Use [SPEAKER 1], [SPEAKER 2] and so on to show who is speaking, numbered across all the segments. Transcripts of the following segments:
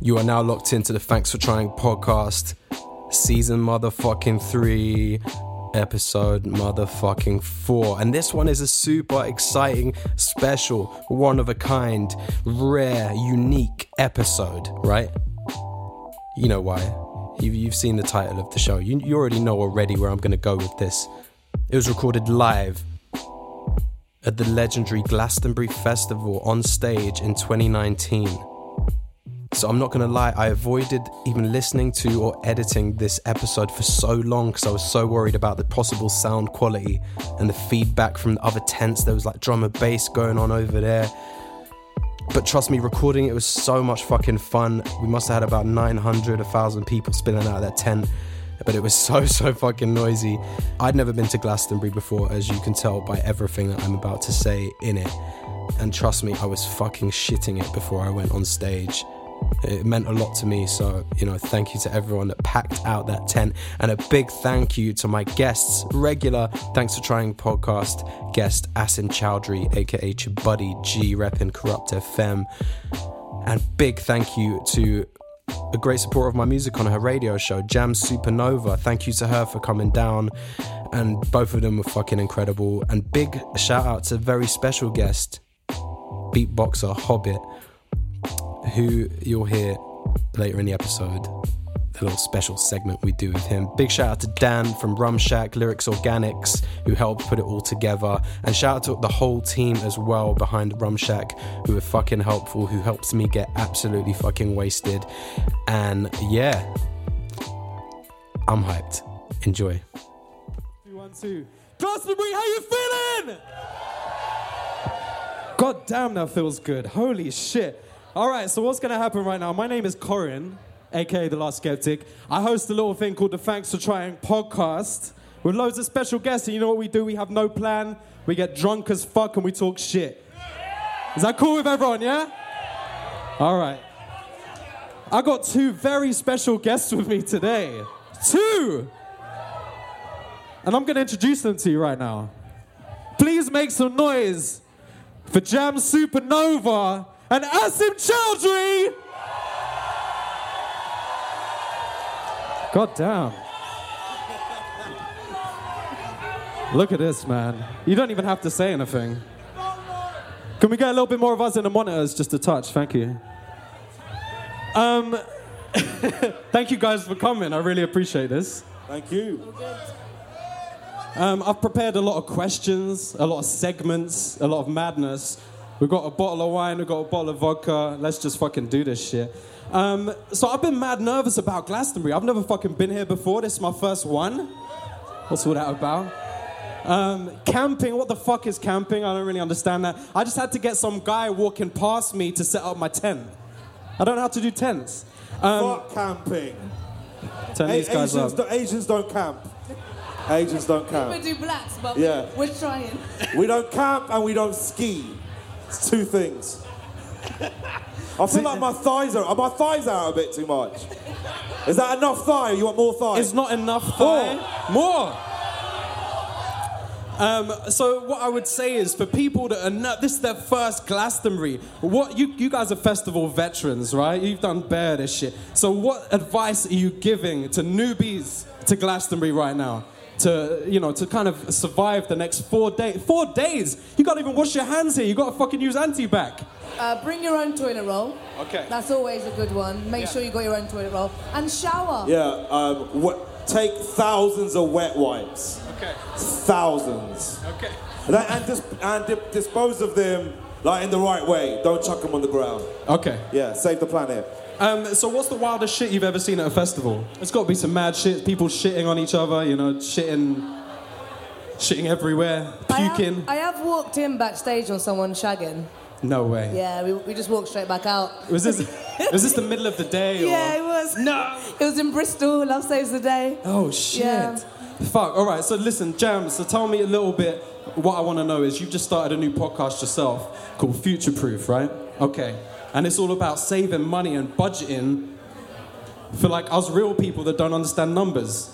[SPEAKER 1] You are now locked into the Thanks for Trying podcast, season motherfucking three, episode motherfucking four. And this one is a super exciting, special, one of a kind, rare, unique episode, right? You know why. You've, you've seen the title of the show. You, you already know already where I'm going to go with this. It was recorded live at the legendary Glastonbury Festival on stage in 2019. So I'm not going to lie, I avoided even listening to or editing this episode for so long because I was so worried about the possible sound quality and the feedback from the other tents. There was like drum and bass going on over there. But trust me, recording it was so much fucking fun. We must have had about 900, 1,000 people spilling out of their tent. But it was so, so fucking noisy. I'd never been to Glastonbury before, as you can tell by everything that I'm about to say in it. And trust me, I was fucking shitting it before I went on stage. It meant a lot to me. So, you know, thank you to everyone that packed out that tent. And a big thank you to my guests, regular Thanks for Trying podcast guest, Asin Chowdhury, aka Chibuddy G, repping Corrupt FM. And big thank you to a great supporter of my music on her radio show, Jam Supernova. Thank you to her for coming down. And both of them were fucking incredible. And big shout out to a very special guest, beatboxer Hobbit who you'll hear later in the episode. The little special segment we do with him. Big shout out to Dan from Rumshack, Lyrics Organics, who helped put it all together. And shout out to the whole team as well behind Rumshack, who were fucking helpful, who helped me get absolutely fucking wasted. And yeah, I'm hyped. Enjoy.
[SPEAKER 2] Two, one, two. Glastonbury, how you feeling? God damn, that feels good. Holy shit. All right, so what's going to happen right now? My name is Corin, aka The Last Skeptic. I host a little thing called the Thanks for Trying podcast with loads of special guests. And you know what we do? We have no plan. We get drunk as fuck and we talk shit. Is that cool with everyone, yeah? All right. I got two very special guests with me today. Two! And I'm going to introduce them to you right now. Please make some noise for Jam Supernova and Asim Chowdhury. God damn. Look at this, man. You don't even have to say anything. Can we get a little bit more of us in the monitors just a touch? Thank you. Um, thank you guys for coming. I really appreciate this.
[SPEAKER 3] Thank you.
[SPEAKER 2] Um, I've prepared a lot of questions, a lot of segments, a lot of madness. We've got a bottle of wine, we've got a bottle of vodka. Let's just fucking do this shit. Um, so I've been mad nervous about Glastonbury. I've never fucking been here before. This is my first one. What's all that about? Um, camping, what the fuck is camping? I don't really understand that. I just had to get some guy walking past me to set up my tent. I don't know how to do tents. Um,
[SPEAKER 3] Fuck camping.
[SPEAKER 2] turn
[SPEAKER 3] A-
[SPEAKER 2] these guys
[SPEAKER 3] Asians,
[SPEAKER 2] up.
[SPEAKER 3] don't- Asians don't camp. Asians don't
[SPEAKER 4] We
[SPEAKER 3] camp.
[SPEAKER 4] do blacks, but
[SPEAKER 3] Yeah.
[SPEAKER 4] we're trying.
[SPEAKER 3] We don't camp and we don't ski. It's two things. I feel like my thighs are are my thighs out a bit too much. Is that enough thigh? You want more thigh?
[SPEAKER 2] It's not enough
[SPEAKER 3] More.
[SPEAKER 2] thigh. More. Um, so what I would say is for people that are not, this is their first Glastonbury. What you you guys are festival veterans, right? You've done bear this shit. So what advice are you giving to newbies to Glastonbury right now? To you know, to kind of survive the next four days. Four days. You can't even wash your hands here. You got to fucking use anti back.
[SPEAKER 4] Uh, bring your own toilet roll.
[SPEAKER 2] Okay.
[SPEAKER 4] That's always a good one. Make
[SPEAKER 2] Yeah.
[SPEAKER 4] sure you got your own toilet roll. And shower.
[SPEAKER 3] Yeah, um, wh- take thousands of wet wipes.
[SPEAKER 2] Okay.
[SPEAKER 3] Thousands.
[SPEAKER 2] Okay.
[SPEAKER 3] And, and, dis- and dip- dispose of them like in the right way. Don't chuck them on the ground.
[SPEAKER 2] Okay.
[SPEAKER 3] Yeah, save the planet.
[SPEAKER 2] Um, so what's the wildest shit you've ever seen at a festival? It's got to be some mad shit. People shitting on each other. You know, shitting, shitting everywhere,
[SPEAKER 4] I have-
[SPEAKER 2] puking.
[SPEAKER 4] I have, walked in backstage on someone shagging.
[SPEAKER 2] No way.
[SPEAKER 4] Yeah, we, we just walked straight back out.
[SPEAKER 2] Was this? was this the middle of the day? Or?
[SPEAKER 4] Yeah, it was.
[SPEAKER 2] No.
[SPEAKER 4] It was in Bristol. Love saves the day.
[SPEAKER 2] Oh shit.
[SPEAKER 4] Yeah.
[SPEAKER 2] Fuck. All right. So listen, Jam. So tell me a little bit. What I want to know is you've just started a new podcast yourself called Future Proof, right? Okay. And it's all about saving money and budgeting for like us real people that don't understand numbers.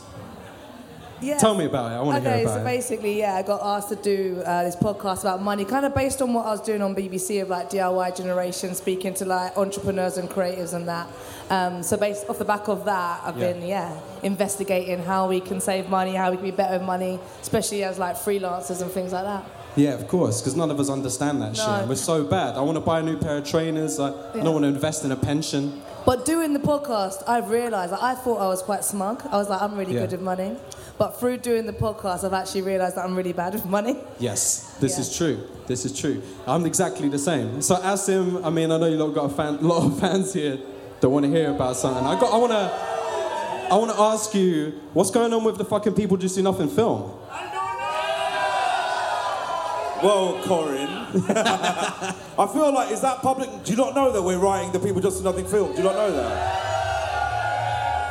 [SPEAKER 4] Yeah.
[SPEAKER 2] Tell me about it. I want to
[SPEAKER 4] okay,
[SPEAKER 2] hear about
[SPEAKER 4] so
[SPEAKER 2] it.
[SPEAKER 4] basically, yeah, I got asked to do uh, this podcast about money, kind of based on what I was doing on BBC of like DIY generation, speaking to like entrepreneurs and creatives and that. Um, so based off the back of that, I've
[SPEAKER 2] Yeah.
[SPEAKER 4] been yeah investigating how we can save money, how we can be better with money, especially as like freelancers and things like that.
[SPEAKER 2] Yeah, of course, because none of us understand that
[SPEAKER 4] No.
[SPEAKER 2] shit. We're so bad. I want to buy a new pair of trainers. I
[SPEAKER 4] Yeah.
[SPEAKER 2] don't want to invest in a pension.
[SPEAKER 4] But doing the podcast, I've realised that I thought I was quite smug. I was like, I'm really
[SPEAKER 2] Yeah.
[SPEAKER 4] good with money. But through doing the podcast, I've actually realised that I'm really bad with money.
[SPEAKER 2] Yes, this
[SPEAKER 4] Yeah.
[SPEAKER 2] is true. This is true. I'm exactly the same. So Asim, I mean, I know you lot got a fan, lot of fans here that want to hear about something. I got, I want to, I want to ask you, what's going on with the fucking people just do nothing film?
[SPEAKER 3] Well, Corin, I feel like is that public? Do you not know that we're writing the People Just Do Nothing film? Do you not know that?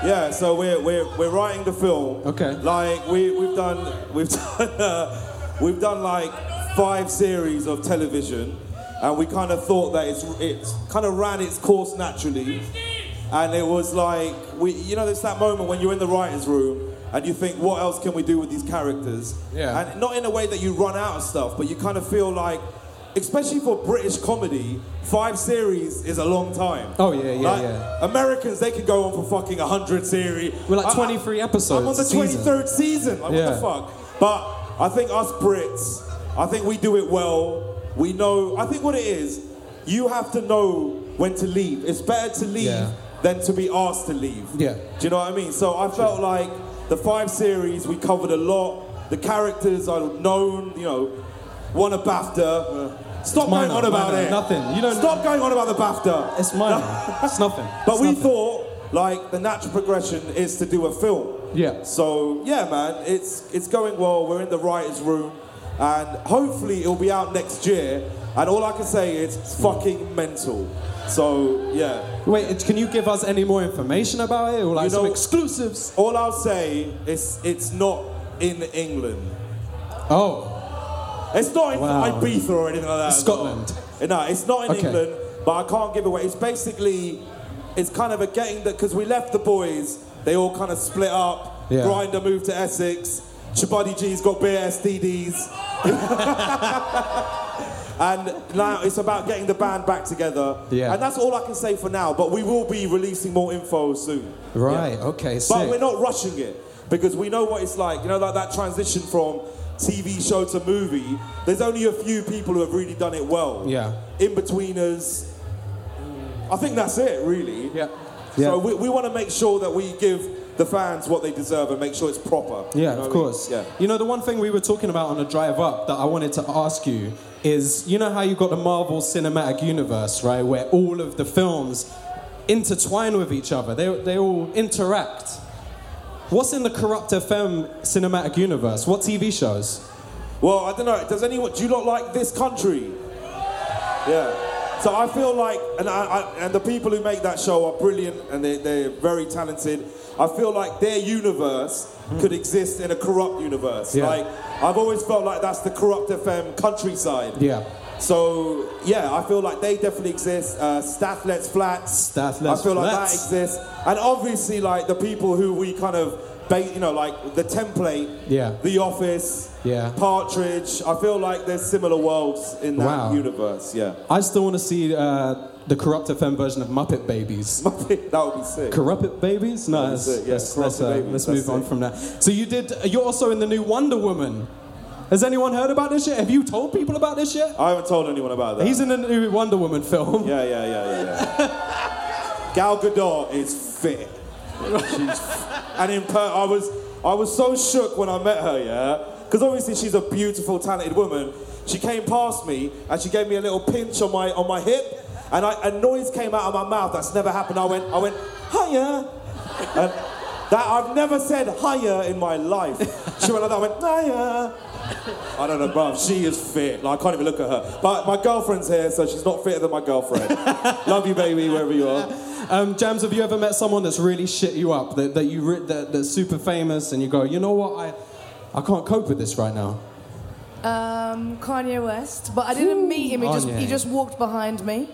[SPEAKER 3] Yeah, so we're we're we're writing the film.
[SPEAKER 2] Okay.
[SPEAKER 3] Like we we've done we've done uh, we've done like five series of television, and we kind of thought that it's it's kind of ran its course naturally, and it was like we you know it's that moment when you're in the writers' room. And you think, what else can we do with these characters?
[SPEAKER 2] Yeah.
[SPEAKER 3] And not in a way that you run out of stuff, but you kind of feel like, especially for British comedy, five series is a long time.
[SPEAKER 2] Oh, yeah, yeah,
[SPEAKER 3] Like,
[SPEAKER 2] yeah.
[SPEAKER 3] Americans, they could go on for fucking 100 series.
[SPEAKER 2] We're like
[SPEAKER 3] I- I-
[SPEAKER 2] 23 episodes.
[SPEAKER 3] I'm on the
[SPEAKER 2] a season.
[SPEAKER 3] 23rd season. Like,
[SPEAKER 2] Yeah.
[SPEAKER 3] what the fuck? But I think us Brits, I think we do it well. We know, I think what it is, you have to know when to leave. It's better to leave
[SPEAKER 2] Yeah.
[SPEAKER 3] than to be asked to leave.
[SPEAKER 2] Yeah.
[SPEAKER 3] Do you know what I mean? So I felt like the five series, we covered a lot. The characters are known, you know, won a BAFTA. Stop
[SPEAKER 2] It's minor,
[SPEAKER 3] going on about
[SPEAKER 2] minor,
[SPEAKER 3] it.
[SPEAKER 2] nothing. You don't-
[SPEAKER 3] Stop going on about the BAFTA.
[SPEAKER 2] It's minor. it's nothing.
[SPEAKER 3] But
[SPEAKER 2] It's
[SPEAKER 3] we
[SPEAKER 2] nothing.
[SPEAKER 3] thought like the natural progression is to do a film.
[SPEAKER 2] Yeah.
[SPEAKER 3] So yeah, man, it's it's going well. We're in the writers' room, and hopefully it'll be out next year. And all I can say is it's fucking mental. So yeah,
[SPEAKER 2] Wait, it- can you give us any more information about it, or like
[SPEAKER 3] You
[SPEAKER 2] some
[SPEAKER 3] know-
[SPEAKER 2] exclusives?
[SPEAKER 3] all I'll say is it's not in England.
[SPEAKER 2] Oh,
[SPEAKER 3] It's not in
[SPEAKER 2] Wow.
[SPEAKER 3] Ibiza or anything like that. as
[SPEAKER 2] Scotland.
[SPEAKER 3] well. No, it's not in
[SPEAKER 2] Okay.
[SPEAKER 3] England, but I can't give away. It's basically, it's kind of a getting that because we left the boys, they all kind of split up.
[SPEAKER 2] Yeah.
[SPEAKER 3] Grinder moved to Essex. Chabuddy G's got bare STDs. and now it's about getting the band back together.
[SPEAKER 2] Yeah.
[SPEAKER 3] And that's all I can say for now, but we will be releasing more info soon.
[SPEAKER 2] right. Okay. Sick.
[SPEAKER 3] But we're not rushing it because we know what it's like. You know, like that transition from TV show to movie. There's only a few people who have really done it well.
[SPEAKER 2] Yeah.
[SPEAKER 3] In betweeners. I think that's it, really.
[SPEAKER 2] Yeah.
[SPEAKER 3] So we, we want to make sure that we give the fans what they deserve and make sure it's proper.
[SPEAKER 2] Yeah, of
[SPEAKER 3] You know what I mean?
[SPEAKER 2] course.
[SPEAKER 3] Yeah.
[SPEAKER 2] You know, the one thing we were talking about on the drive up that I wanted to ask you is you know how you got the Marvel Cinematic Universe, right? Where all of the films intertwine with each other, they, they all interact. What's in the Corrupt FM Cinematic Universe? What TV shows?
[SPEAKER 3] Well, I don't know. Does anyone? Do you not like this country? Yeah. So I feel like, and I, I and the people who make that show are brilliant and they, they're very talented. I feel like their universe could exist in a corrupt universe.
[SPEAKER 2] Yeah.
[SPEAKER 3] Like I've always felt like that's the corrupt FM countryside.
[SPEAKER 2] Yeah.
[SPEAKER 3] So yeah, I feel like they definitely exist. Uh, Stathlet's Flats.
[SPEAKER 2] Stathlet's
[SPEAKER 3] I feel like
[SPEAKER 2] Flats.
[SPEAKER 3] that exists, and obviously like the people who we kind of, ba- you know, like the template.
[SPEAKER 2] Yeah.
[SPEAKER 3] The Office.
[SPEAKER 2] Yeah.
[SPEAKER 3] Partridge. I feel like there's similar worlds in that
[SPEAKER 2] Wow.
[SPEAKER 3] universe. Yeah.
[SPEAKER 2] I still want to see uh, the Corrupt FM version of Muppet Babies.
[SPEAKER 3] that would be sick.
[SPEAKER 2] Corrupt Babies? No,
[SPEAKER 3] That's
[SPEAKER 2] that's,
[SPEAKER 3] it, yeah,
[SPEAKER 2] that's-
[SPEAKER 3] Corrupt
[SPEAKER 2] that's, uh,
[SPEAKER 3] Babies,
[SPEAKER 2] let's
[SPEAKER 3] that's
[SPEAKER 2] move on
[SPEAKER 3] it.
[SPEAKER 2] from that. So you did, you're also in the new Wonder Woman. Has anyone heard about this shit? Have you told people about this shit?
[SPEAKER 3] I haven't told anyone about that.
[SPEAKER 2] He's in the new Wonder Woman film.
[SPEAKER 3] yeah, yeah, yeah, yeah, yeah. Gal Gadot is fit. She's and in per- I was I was so shook when I met her, yeah, because obviously she's a beautiful, talented woman. She came past me and she gave me a little pinch on my on my hip, and I, a noise came out of my mouth that's never happened. I went I went hiya, and that I've never said hiya in my life. She went like that. I went hiya. I don't know, bruv. She is fit. Like, I can't even look at her. But my girlfriend's here, so she's not fitter than my girlfriend. Love you, baby, wherever you are.
[SPEAKER 2] Um, Jams, have you ever met someone that's really shit you up? That, that you re- that, that's super famous and you go, you know what? I, I can't cope with this right now.
[SPEAKER 4] Um, Kanye West, but I didn't meet him. He just
[SPEAKER 2] Kanye.
[SPEAKER 4] he just walked behind me,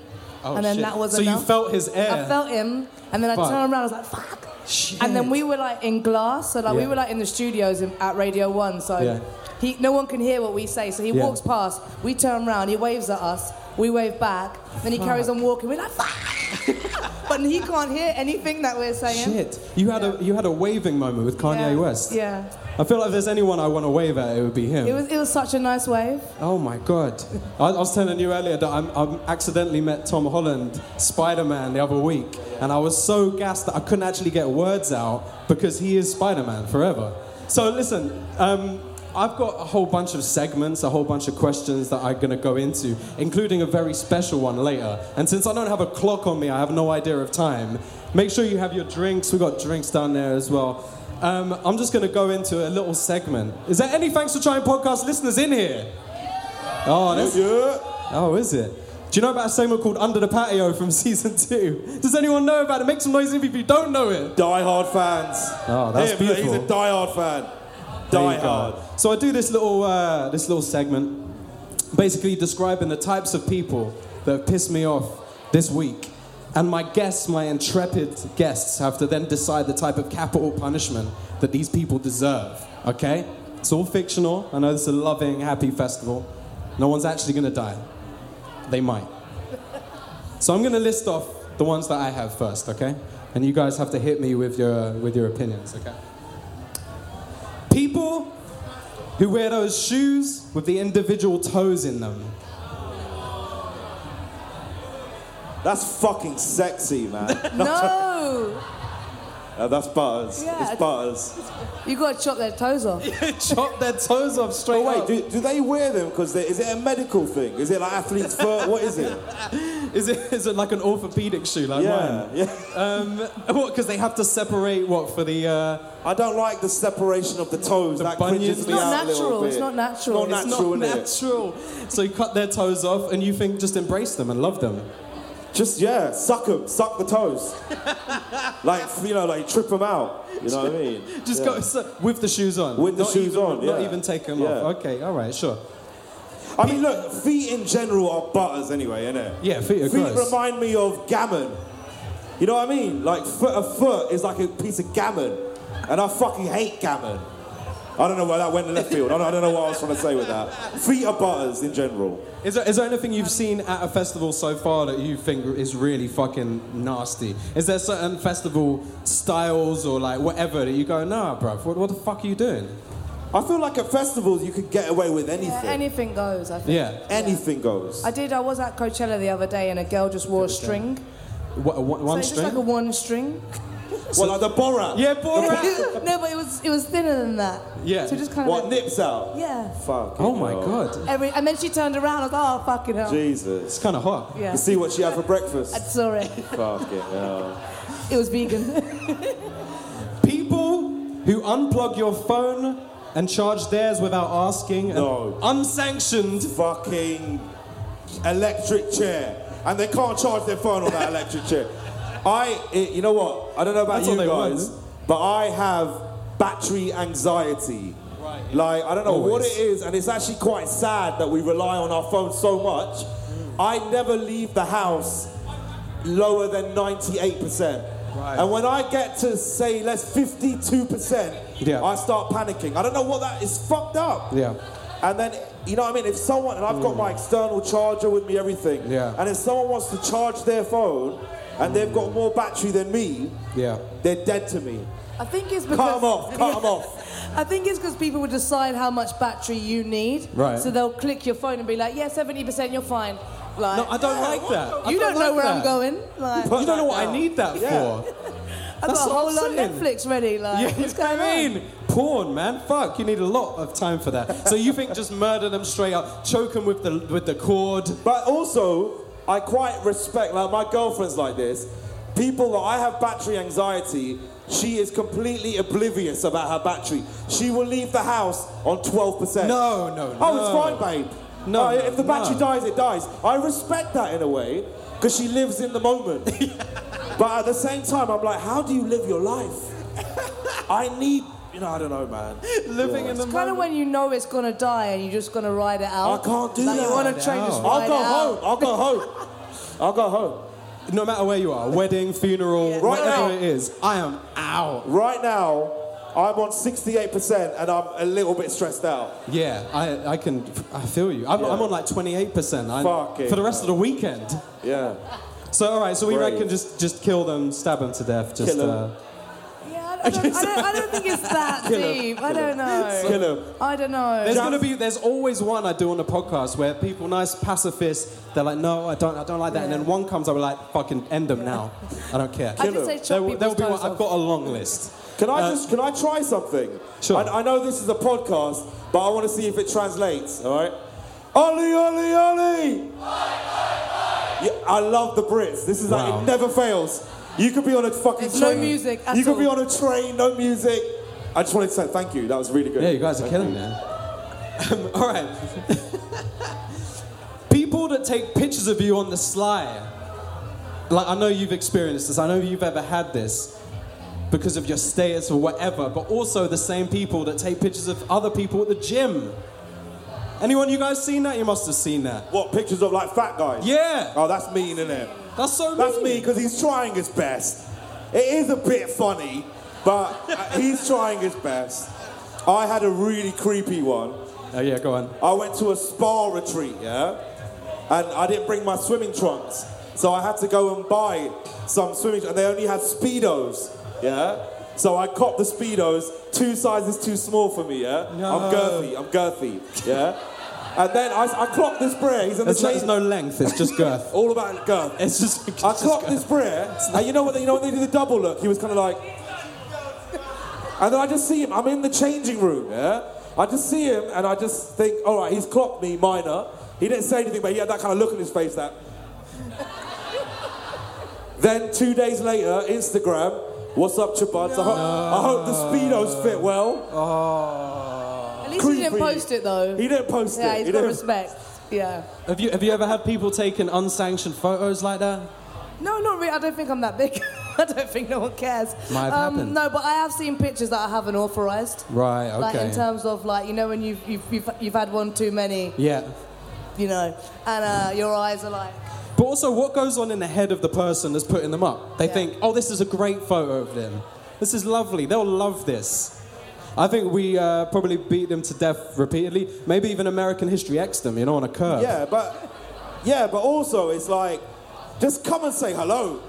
[SPEAKER 2] Oh,
[SPEAKER 4] and then
[SPEAKER 2] shit.
[SPEAKER 4] that was
[SPEAKER 2] So you
[SPEAKER 4] enough.
[SPEAKER 2] felt his air?
[SPEAKER 4] I felt him, and then I
[SPEAKER 2] Fuck.
[SPEAKER 4] turned around. I was like, "Fuck!"
[SPEAKER 2] Shit.
[SPEAKER 4] And then we were like in glass, so like we
[SPEAKER 2] Yeah.
[SPEAKER 4] were like in the studios in, at Radio One. So
[SPEAKER 2] Yeah.
[SPEAKER 4] he, no one can hear what we say. So he
[SPEAKER 2] Yeah.
[SPEAKER 4] walks past. We turn around. He waves at us. We wave back. Then he carries on walking. We're like, "Fuck!" but he can't hear anything that we're saying.
[SPEAKER 2] Shit. You had a you had a waving moment with Kanye
[SPEAKER 4] Yeah.
[SPEAKER 2] West.
[SPEAKER 4] Yeah.
[SPEAKER 2] I feel like if there's anyone I want to wave at, it would be him.
[SPEAKER 4] It was it was such a nice wave.
[SPEAKER 2] oh my god. I, I was telling you earlier that I'm, I accidentally met Tom Holland, Spider Man, the other week, and I was so gassed that I couldn't actually get words out because he is Spider Man forever. So listen, um, I've got a whole bunch of segments, a whole bunch of questions that I'm going to go into, including a very special one later. And since I don't have a clock on me, I have no idea of time. Make sure you have your drinks. We've got drinks down there as well. Um, I'm just going to go into a little segment. Is there any thanks for trying podcast listeners in here? Oh, that's,
[SPEAKER 3] Yeah.
[SPEAKER 2] oh, is it? Do you know about a segment called Under the Patio from season two? Does anyone know about it? Make some noise if you don't know it.
[SPEAKER 3] Die hard fans.
[SPEAKER 2] Oh, that's
[SPEAKER 3] Him,
[SPEAKER 2] beautiful.
[SPEAKER 3] He's a die hard fan.
[SPEAKER 2] There
[SPEAKER 3] Die
[SPEAKER 2] you go.
[SPEAKER 3] hard.
[SPEAKER 2] So I do this little uh, this little segment, basically describing the types of people that have pissed me off this week, and my guests, my intrepid guests, have to then decide the type of capital punishment that these people deserve. Okay, it's all fictional. I know this is a loving, happy festival. No one's actually going to die. They might. So I'm going to list off the ones that I have first. Okay, and you guys have to hit me with your with your opinions. Okay. People who wear those shoes with the individual toes in them.
[SPEAKER 3] That's fucking sexy, man.
[SPEAKER 4] No,
[SPEAKER 3] Uh, that's butters.
[SPEAKER 4] Yeah,
[SPEAKER 3] it's
[SPEAKER 4] it's-
[SPEAKER 3] butters.
[SPEAKER 4] you got to chop their toes off.
[SPEAKER 2] Chop their toes off straight
[SPEAKER 3] Oh, wait,
[SPEAKER 2] up.
[SPEAKER 3] do, do they wear them? Because is it a medical thing? Is it like athlete's foot? What is it?
[SPEAKER 2] Is it, is it like an orthopedic shoe like
[SPEAKER 3] Yeah,
[SPEAKER 2] mine?
[SPEAKER 3] yeah.
[SPEAKER 2] Um, what? Because they have to separate what for the. Uh,
[SPEAKER 3] I don't like the separation of the toes.
[SPEAKER 2] The
[SPEAKER 3] that
[SPEAKER 2] bunions.
[SPEAKER 3] cringes
[SPEAKER 2] It's
[SPEAKER 3] me
[SPEAKER 4] not
[SPEAKER 3] out a little
[SPEAKER 4] natural,
[SPEAKER 3] bit.
[SPEAKER 4] it's not natural.
[SPEAKER 3] Not
[SPEAKER 4] It's
[SPEAKER 2] it's
[SPEAKER 3] natural,
[SPEAKER 2] not
[SPEAKER 3] innit?
[SPEAKER 2] natural. So you cut their toes off, and you think just embrace them and love them.
[SPEAKER 3] Just yeah, suck them, suck the toes. like you know, like trip them out. You know what I mean?
[SPEAKER 2] Just
[SPEAKER 3] Yeah.
[SPEAKER 2] go so, with the shoes on.
[SPEAKER 3] With the
[SPEAKER 2] Not
[SPEAKER 3] shoes
[SPEAKER 2] even-
[SPEAKER 3] on,
[SPEAKER 2] Not
[SPEAKER 3] yeah.
[SPEAKER 2] even take them
[SPEAKER 3] Yeah.
[SPEAKER 2] off. Okay, all right, sure.
[SPEAKER 3] I mean, look, feet in general are butters anyway, innit?
[SPEAKER 2] Yeah, feet are
[SPEAKER 3] Feet
[SPEAKER 2] gross.
[SPEAKER 3] remind me of gammon. You know what I mean? Like foot, a foot is like a piece of gammon, and I fucking hate gammon. I don't know where that went in left field. I don't, I don't know what I was trying to say with that. Feet are butters in general.
[SPEAKER 2] Is there, is there anything you've seen at a festival so far that you think is really fucking nasty? Is there certain festival styles or like whatever that you go, nah, bruv, what, what the fuck are you doing?
[SPEAKER 3] I feel like at festivals you could get away with anything.
[SPEAKER 4] Yeah, anything goes. I think.
[SPEAKER 2] Yeah.
[SPEAKER 3] anything goes.
[SPEAKER 4] I did. I was at Coachella the other day, and a girl just wore a string.
[SPEAKER 2] What, one
[SPEAKER 4] so
[SPEAKER 2] one
[SPEAKER 4] it's
[SPEAKER 2] string?
[SPEAKER 4] just like a one string.
[SPEAKER 3] well, like the Borat.
[SPEAKER 2] yeah, Borat!
[SPEAKER 4] no, but it was it was thinner than that.
[SPEAKER 2] Yeah.
[SPEAKER 4] So it just kind of.
[SPEAKER 3] What nips out?
[SPEAKER 4] yeah.
[SPEAKER 3] Fuck.
[SPEAKER 2] oh my god.
[SPEAKER 4] Every, and then she turned around. I was like, oh fucking hell.
[SPEAKER 3] Jesus.
[SPEAKER 2] It's kind of hot.
[SPEAKER 4] Yeah.
[SPEAKER 3] You see what she had for
[SPEAKER 4] I
[SPEAKER 3] breakfast?
[SPEAKER 4] saw it.
[SPEAKER 3] Fuck it. hell.
[SPEAKER 4] It was vegan.
[SPEAKER 2] People who unplug your phone and charge theirs without asking. and
[SPEAKER 3] No.
[SPEAKER 2] Unsanctioned.
[SPEAKER 3] Fucking electric chair, and they can't charge their phone on that electric chair. I, it, you know what? I don't know about
[SPEAKER 2] That's
[SPEAKER 3] you
[SPEAKER 2] what they want,
[SPEAKER 3] guys,
[SPEAKER 2] isn't
[SPEAKER 3] but I have battery anxiety. Right. Like I don't know what
[SPEAKER 2] Always.
[SPEAKER 3] it is, and it's actually quite sad that we rely on our phone so
[SPEAKER 2] Mm.
[SPEAKER 3] much. I never leave the house lower than 98%.
[SPEAKER 2] Right.
[SPEAKER 3] And when I get to say let's 52%,
[SPEAKER 2] Yeah.
[SPEAKER 3] I start panicking. I don't know what that is fucked up.
[SPEAKER 2] Yeah.
[SPEAKER 3] And then you know what I mean? If someone and I've got my external charger with me, everything.
[SPEAKER 2] Mm. Yeah.
[SPEAKER 3] And if someone wants to charge their phone and they've got more battery than me,
[SPEAKER 2] Yeah.
[SPEAKER 3] they're dead to me.
[SPEAKER 4] I think it's because.
[SPEAKER 3] Cut 'em off, cut 'em off.
[SPEAKER 4] I think it's because people will decide how much battery you need.
[SPEAKER 2] Right.
[SPEAKER 4] So they'll click your phone and be like, yeah, 70%, you're fine. Like,
[SPEAKER 2] No, I don't like that. I
[SPEAKER 4] You don't, know
[SPEAKER 2] like
[SPEAKER 4] where I'm
[SPEAKER 2] that.
[SPEAKER 4] going. Like,
[SPEAKER 2] You don't know what I need that
[SPEAKER 3] Yeah.
[SPEAKER 2] for.
[SPEAKER 4] I've
[SPEAKER 2] That's
[SPEAKER 4] got a
[SPEAKER 2] what
[SPEAKER 4] whole
[SPEAKER 2] I'm
[SPEAKER 4] lot of
[SPEAKER 2] saying.
[SPEAKER 4] Netflix ready. Like,
[SPEAKER 2] Yeah,
[SPEAKER 4] what's
[SPEAKER 2] you know
[SPEAKER 4] going
[SPEAKER 2] what I
[SPEAKER 4] on?
[SPEAKER 2] mean? Porn, man. Fuck, you need a lot of time for that. So you think just murder them straight up, choke them with the with the cord?
[SPEAKER 3] But also, I quite respect, like, my girlfriend's like this. People that I have battery anxiety, she is completely oblivious about her battery. She will leave the house on 12%.
[SPEAKER 2] No, no,
[SPEAKER 3] Oh,
[SPEAKER 2] no.
[SPEAKER 3] it's fine, babe.
[SPEAKER 2] No,
[SPEAKER 3] Oh,
[SPEAKER 2] no,
[SPEAKER 3] if the battery
[SPEAKER 2] no.
[SPEAKER 3] dies, it dies. I respect that in a way, because she lives in the moment. but at the same time, I'm like, how do you live your life? I need, you know, I don't know, man.
[SPEAKER 2] Living in the
[SPEAKER 4] It's kind of
[SPEAKER 2] moment.
[SPEAKER 4] when you know it's gonna die and you're just gonna ride it
[SPEAKER 3] I
[SPEAKER 4] out.
[SPEAKER 3] can't do
[SPEAKER 4] like,
[SPEAKER 3] that.
[SPEAKER 4] You want to try to just ride
[SPEAKER 3] I'll go
[SPEAKER 4] it out.
[SPEAKER 3] home. I'll go home. I'll go home.
[SPEAKER 2] No matter where you are, wedding, funeral,
[SPEAKER 3] Right
[SPEAKER 2] whatever
[SPEAKER 3] now.
[SPEAKER 2] it is, I am out.
[SPEAKER 3] Right now, I'm on 68% and I'm a little bit stressed out.
[SPEAKER 2] Yeah, I, I can, I feel you. I'm,
[SPEAKER 3] Yeah.
[SPEAKER 2] I'm on like 28%. I'm,
[SPEAKER 3] Fucking
[SPEAKER 2] for the rest of the weekend.
[SPEAKER 3] Yeah.
[SPEAKER 2] So all right, so we
[SPEAKER 3] Brave.
[SPEAKER 2] reckon just just kill them, stab them to death, just
[SPEAKER 3] Kill 'em.
[SPEAKER 2] uh,
[SPEAKER 4] Yeah, I don't, I, don't, I don't think it's that
[SPEAKER 2] Kill 'em.
[SPEAKER 4] deep. I don't know.
[SPEAKER 3] Kill 'em.
[SPEAKER 4] I don't know.
[SPEAKER 2] There's gonna be. There's always one I do on the podcast where people, nice pacifists, they're like, no, I don't, I don't like that. And then one comes, I'll be like, fucking end them now. I don't care.
[SPEAKER 4] I just say chop
[SPEAKER 2] There will- there will
[SPEAKER 4] people's
[SPEAKER 2] be one.
[SPEAKER 4] toes
[SPEAKER 2] I've
[SPEAKER 4] off.
[SPEAKER 2] got a long list.
[SPEAKER 3] Can I
[SPEAKER 2] Uh,
[SPEAKER 3] just can I try something?
[SPEAKER 2] Sure.
[SPEAKER 3] I, I know this is a podcast, but I want to see if it translates. All right. Ollie, Ollie, Ollie. Yeah, I love the Brits. This is
[SPEAKER 2] Wow.
[SPEAKER 3] like it never fails. You could be on a fucking
[SPEAKER 4] There's no
[SPEAKER 3] train.
[SPEAKER 4] music at
[SPEAKER 3] you could be
[SPEAKER 4] all.
[SPEAKER 3] on a train, no music. I just wanted to say thank you. That was really good.
[SPEAKER 2] Yeah, you guys are
[SPEAKER 3] Thank
[SPEAKER 2] killing me. Um, all right. People that take pictures of you on the sly, like I know you've experienced this. I know you've ever had this because of your status or whatever. But also the same people that take pictures of other people at the gym. Anyone you guys seen that? You must have seen that.
[SPEAKER 3] What pictures of like fat guys?
[SPEAKER 2] Yeah.
[SPEAKER 3] Oh, that's mean, isn't it?
[SPEAKER 2] That's so
[SPEAKER 3] That's
[SPEAKER 2] mean.
[SPEAKER 3] me because he's trying his best. It is a bit funny, but uh, he's trying his best. I had a really creepy one.
[SPEAKER 2] Oh yeah, go on.
[SPEAKER 3] I went to a spa retreat, yeah? And I didn't bring my swimming trunks. So I had to go and buy some swimming trunks. And they only had Speedos, yeah? So I copped the Speedos, two sizes too small for me, yeah? I'm girthy, I'm girthy, yeah? and then I, I clocked this bra. He's in the
[SPEAKER 2] There's, there's
[SPEAKER 3] change.
[SPEAKER 2] no length. It's just girth.
[SPEAKER 3] All about girth.
[SPEAKER 2] It's just. It's
[SPEAKER 3] I
[SPEAKER 2] just
[SPEAKER 3] clocked
[SPEAKER 2] girth.
[SPEAKER 3] this prayer, and you know what? You know when they did the double look. He was kind of like, and then I just see him. I'm in the changing room. Yeah, I just see him, and I just think, all right, he's clocked me, minor. He didn't say anything, but he had that kind of look on his face. That. then two days later, Instagram. What's up, Chabuds? I, hope, I hope the speedos fit well.
[SPEAKER 4] At least he didn't
[SPEAKER 3] creepy.
[SPEAKER 4] post it though.
[SPEAKER 3] He didn't post
[SPEAKER 4] yeah,
[SPEAKER 3] it.
[SPEAKER 4] he's
[SPEAKER 3] He
[SPEAKER 4] got
[SPEAKER 3] didn't-
[SPEAKER 4] respect. Yeah.
[SPEAKER 2] Have you have you ever had people taking unsanctioned photos like that?
[SPEAKER 4] No, not really. I don't think I'm that big. I don't think no one cares. Um,
[SPEAKER 2] Might have happened.
[SPEAKER 4] No, but I have seen pictures that I haven't authorized.
[SPEAKER 2] Right. Okay.
[SPEAKER 4] Like in terms of like you know when you've you've, you've you've had one too many,
[SPEAKER 2] yeah.
[SPEAKER 4] you know, and uh, your eyes are like.
[SPEAKER 2] But also, what goes on in the head of the person that's putting them up? They
[SPEAKER 4] Yeah.
[SPEAKER 2] think, oh, this is a great photo of them. This is lovely. They'll love this. I think we uh, probably beat them to death repeatedly. Maybe even American History X them, you know, on a curve.
[SPEAKER 3] Yeah, but yeah, but also it's like, just come and say hello.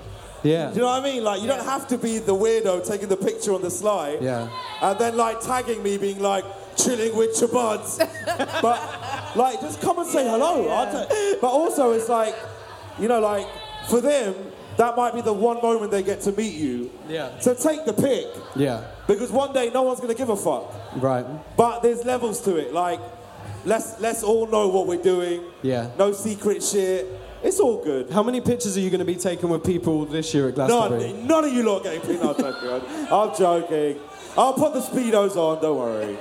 [SPEAKER 2] Yeah.
[SPEAKER 3] Do you know what I mean? Like, you don't have to be the weirdo taking the picture on the slide.
[SPEAKER 2] Yeah.
[SPEAKER 3] And then, like, tagging me, being like, chilling with your buds. but, like, just come and say hello. I'll ta- but also, it's like, you know, like, for them, that might be the one moment they get to meet you.
[SPEAKER 2] Yeah.
[SPEAKER 3] So take the pic.
[SPEAKER 2] Yeah.
[SPEAKER 3] Because one day, no one's going to give a fuck.
[SPEAKER 2] Right.
[SPEAKER 3] But there's levels to it. Like, let's, let's all know what we're doing.
[SPEAKER 2] Yeah.
[SPEAKER 3] No secret shit. It's all good.
[SPEAKER 2] How many pictures are you going to be taking with people this year at Glastonbury?
[SPEAKER 3] None, none of you lot are getting picked. No, I'm joking. I'm- I'm joking. I'll put the speedos on. Don't worry.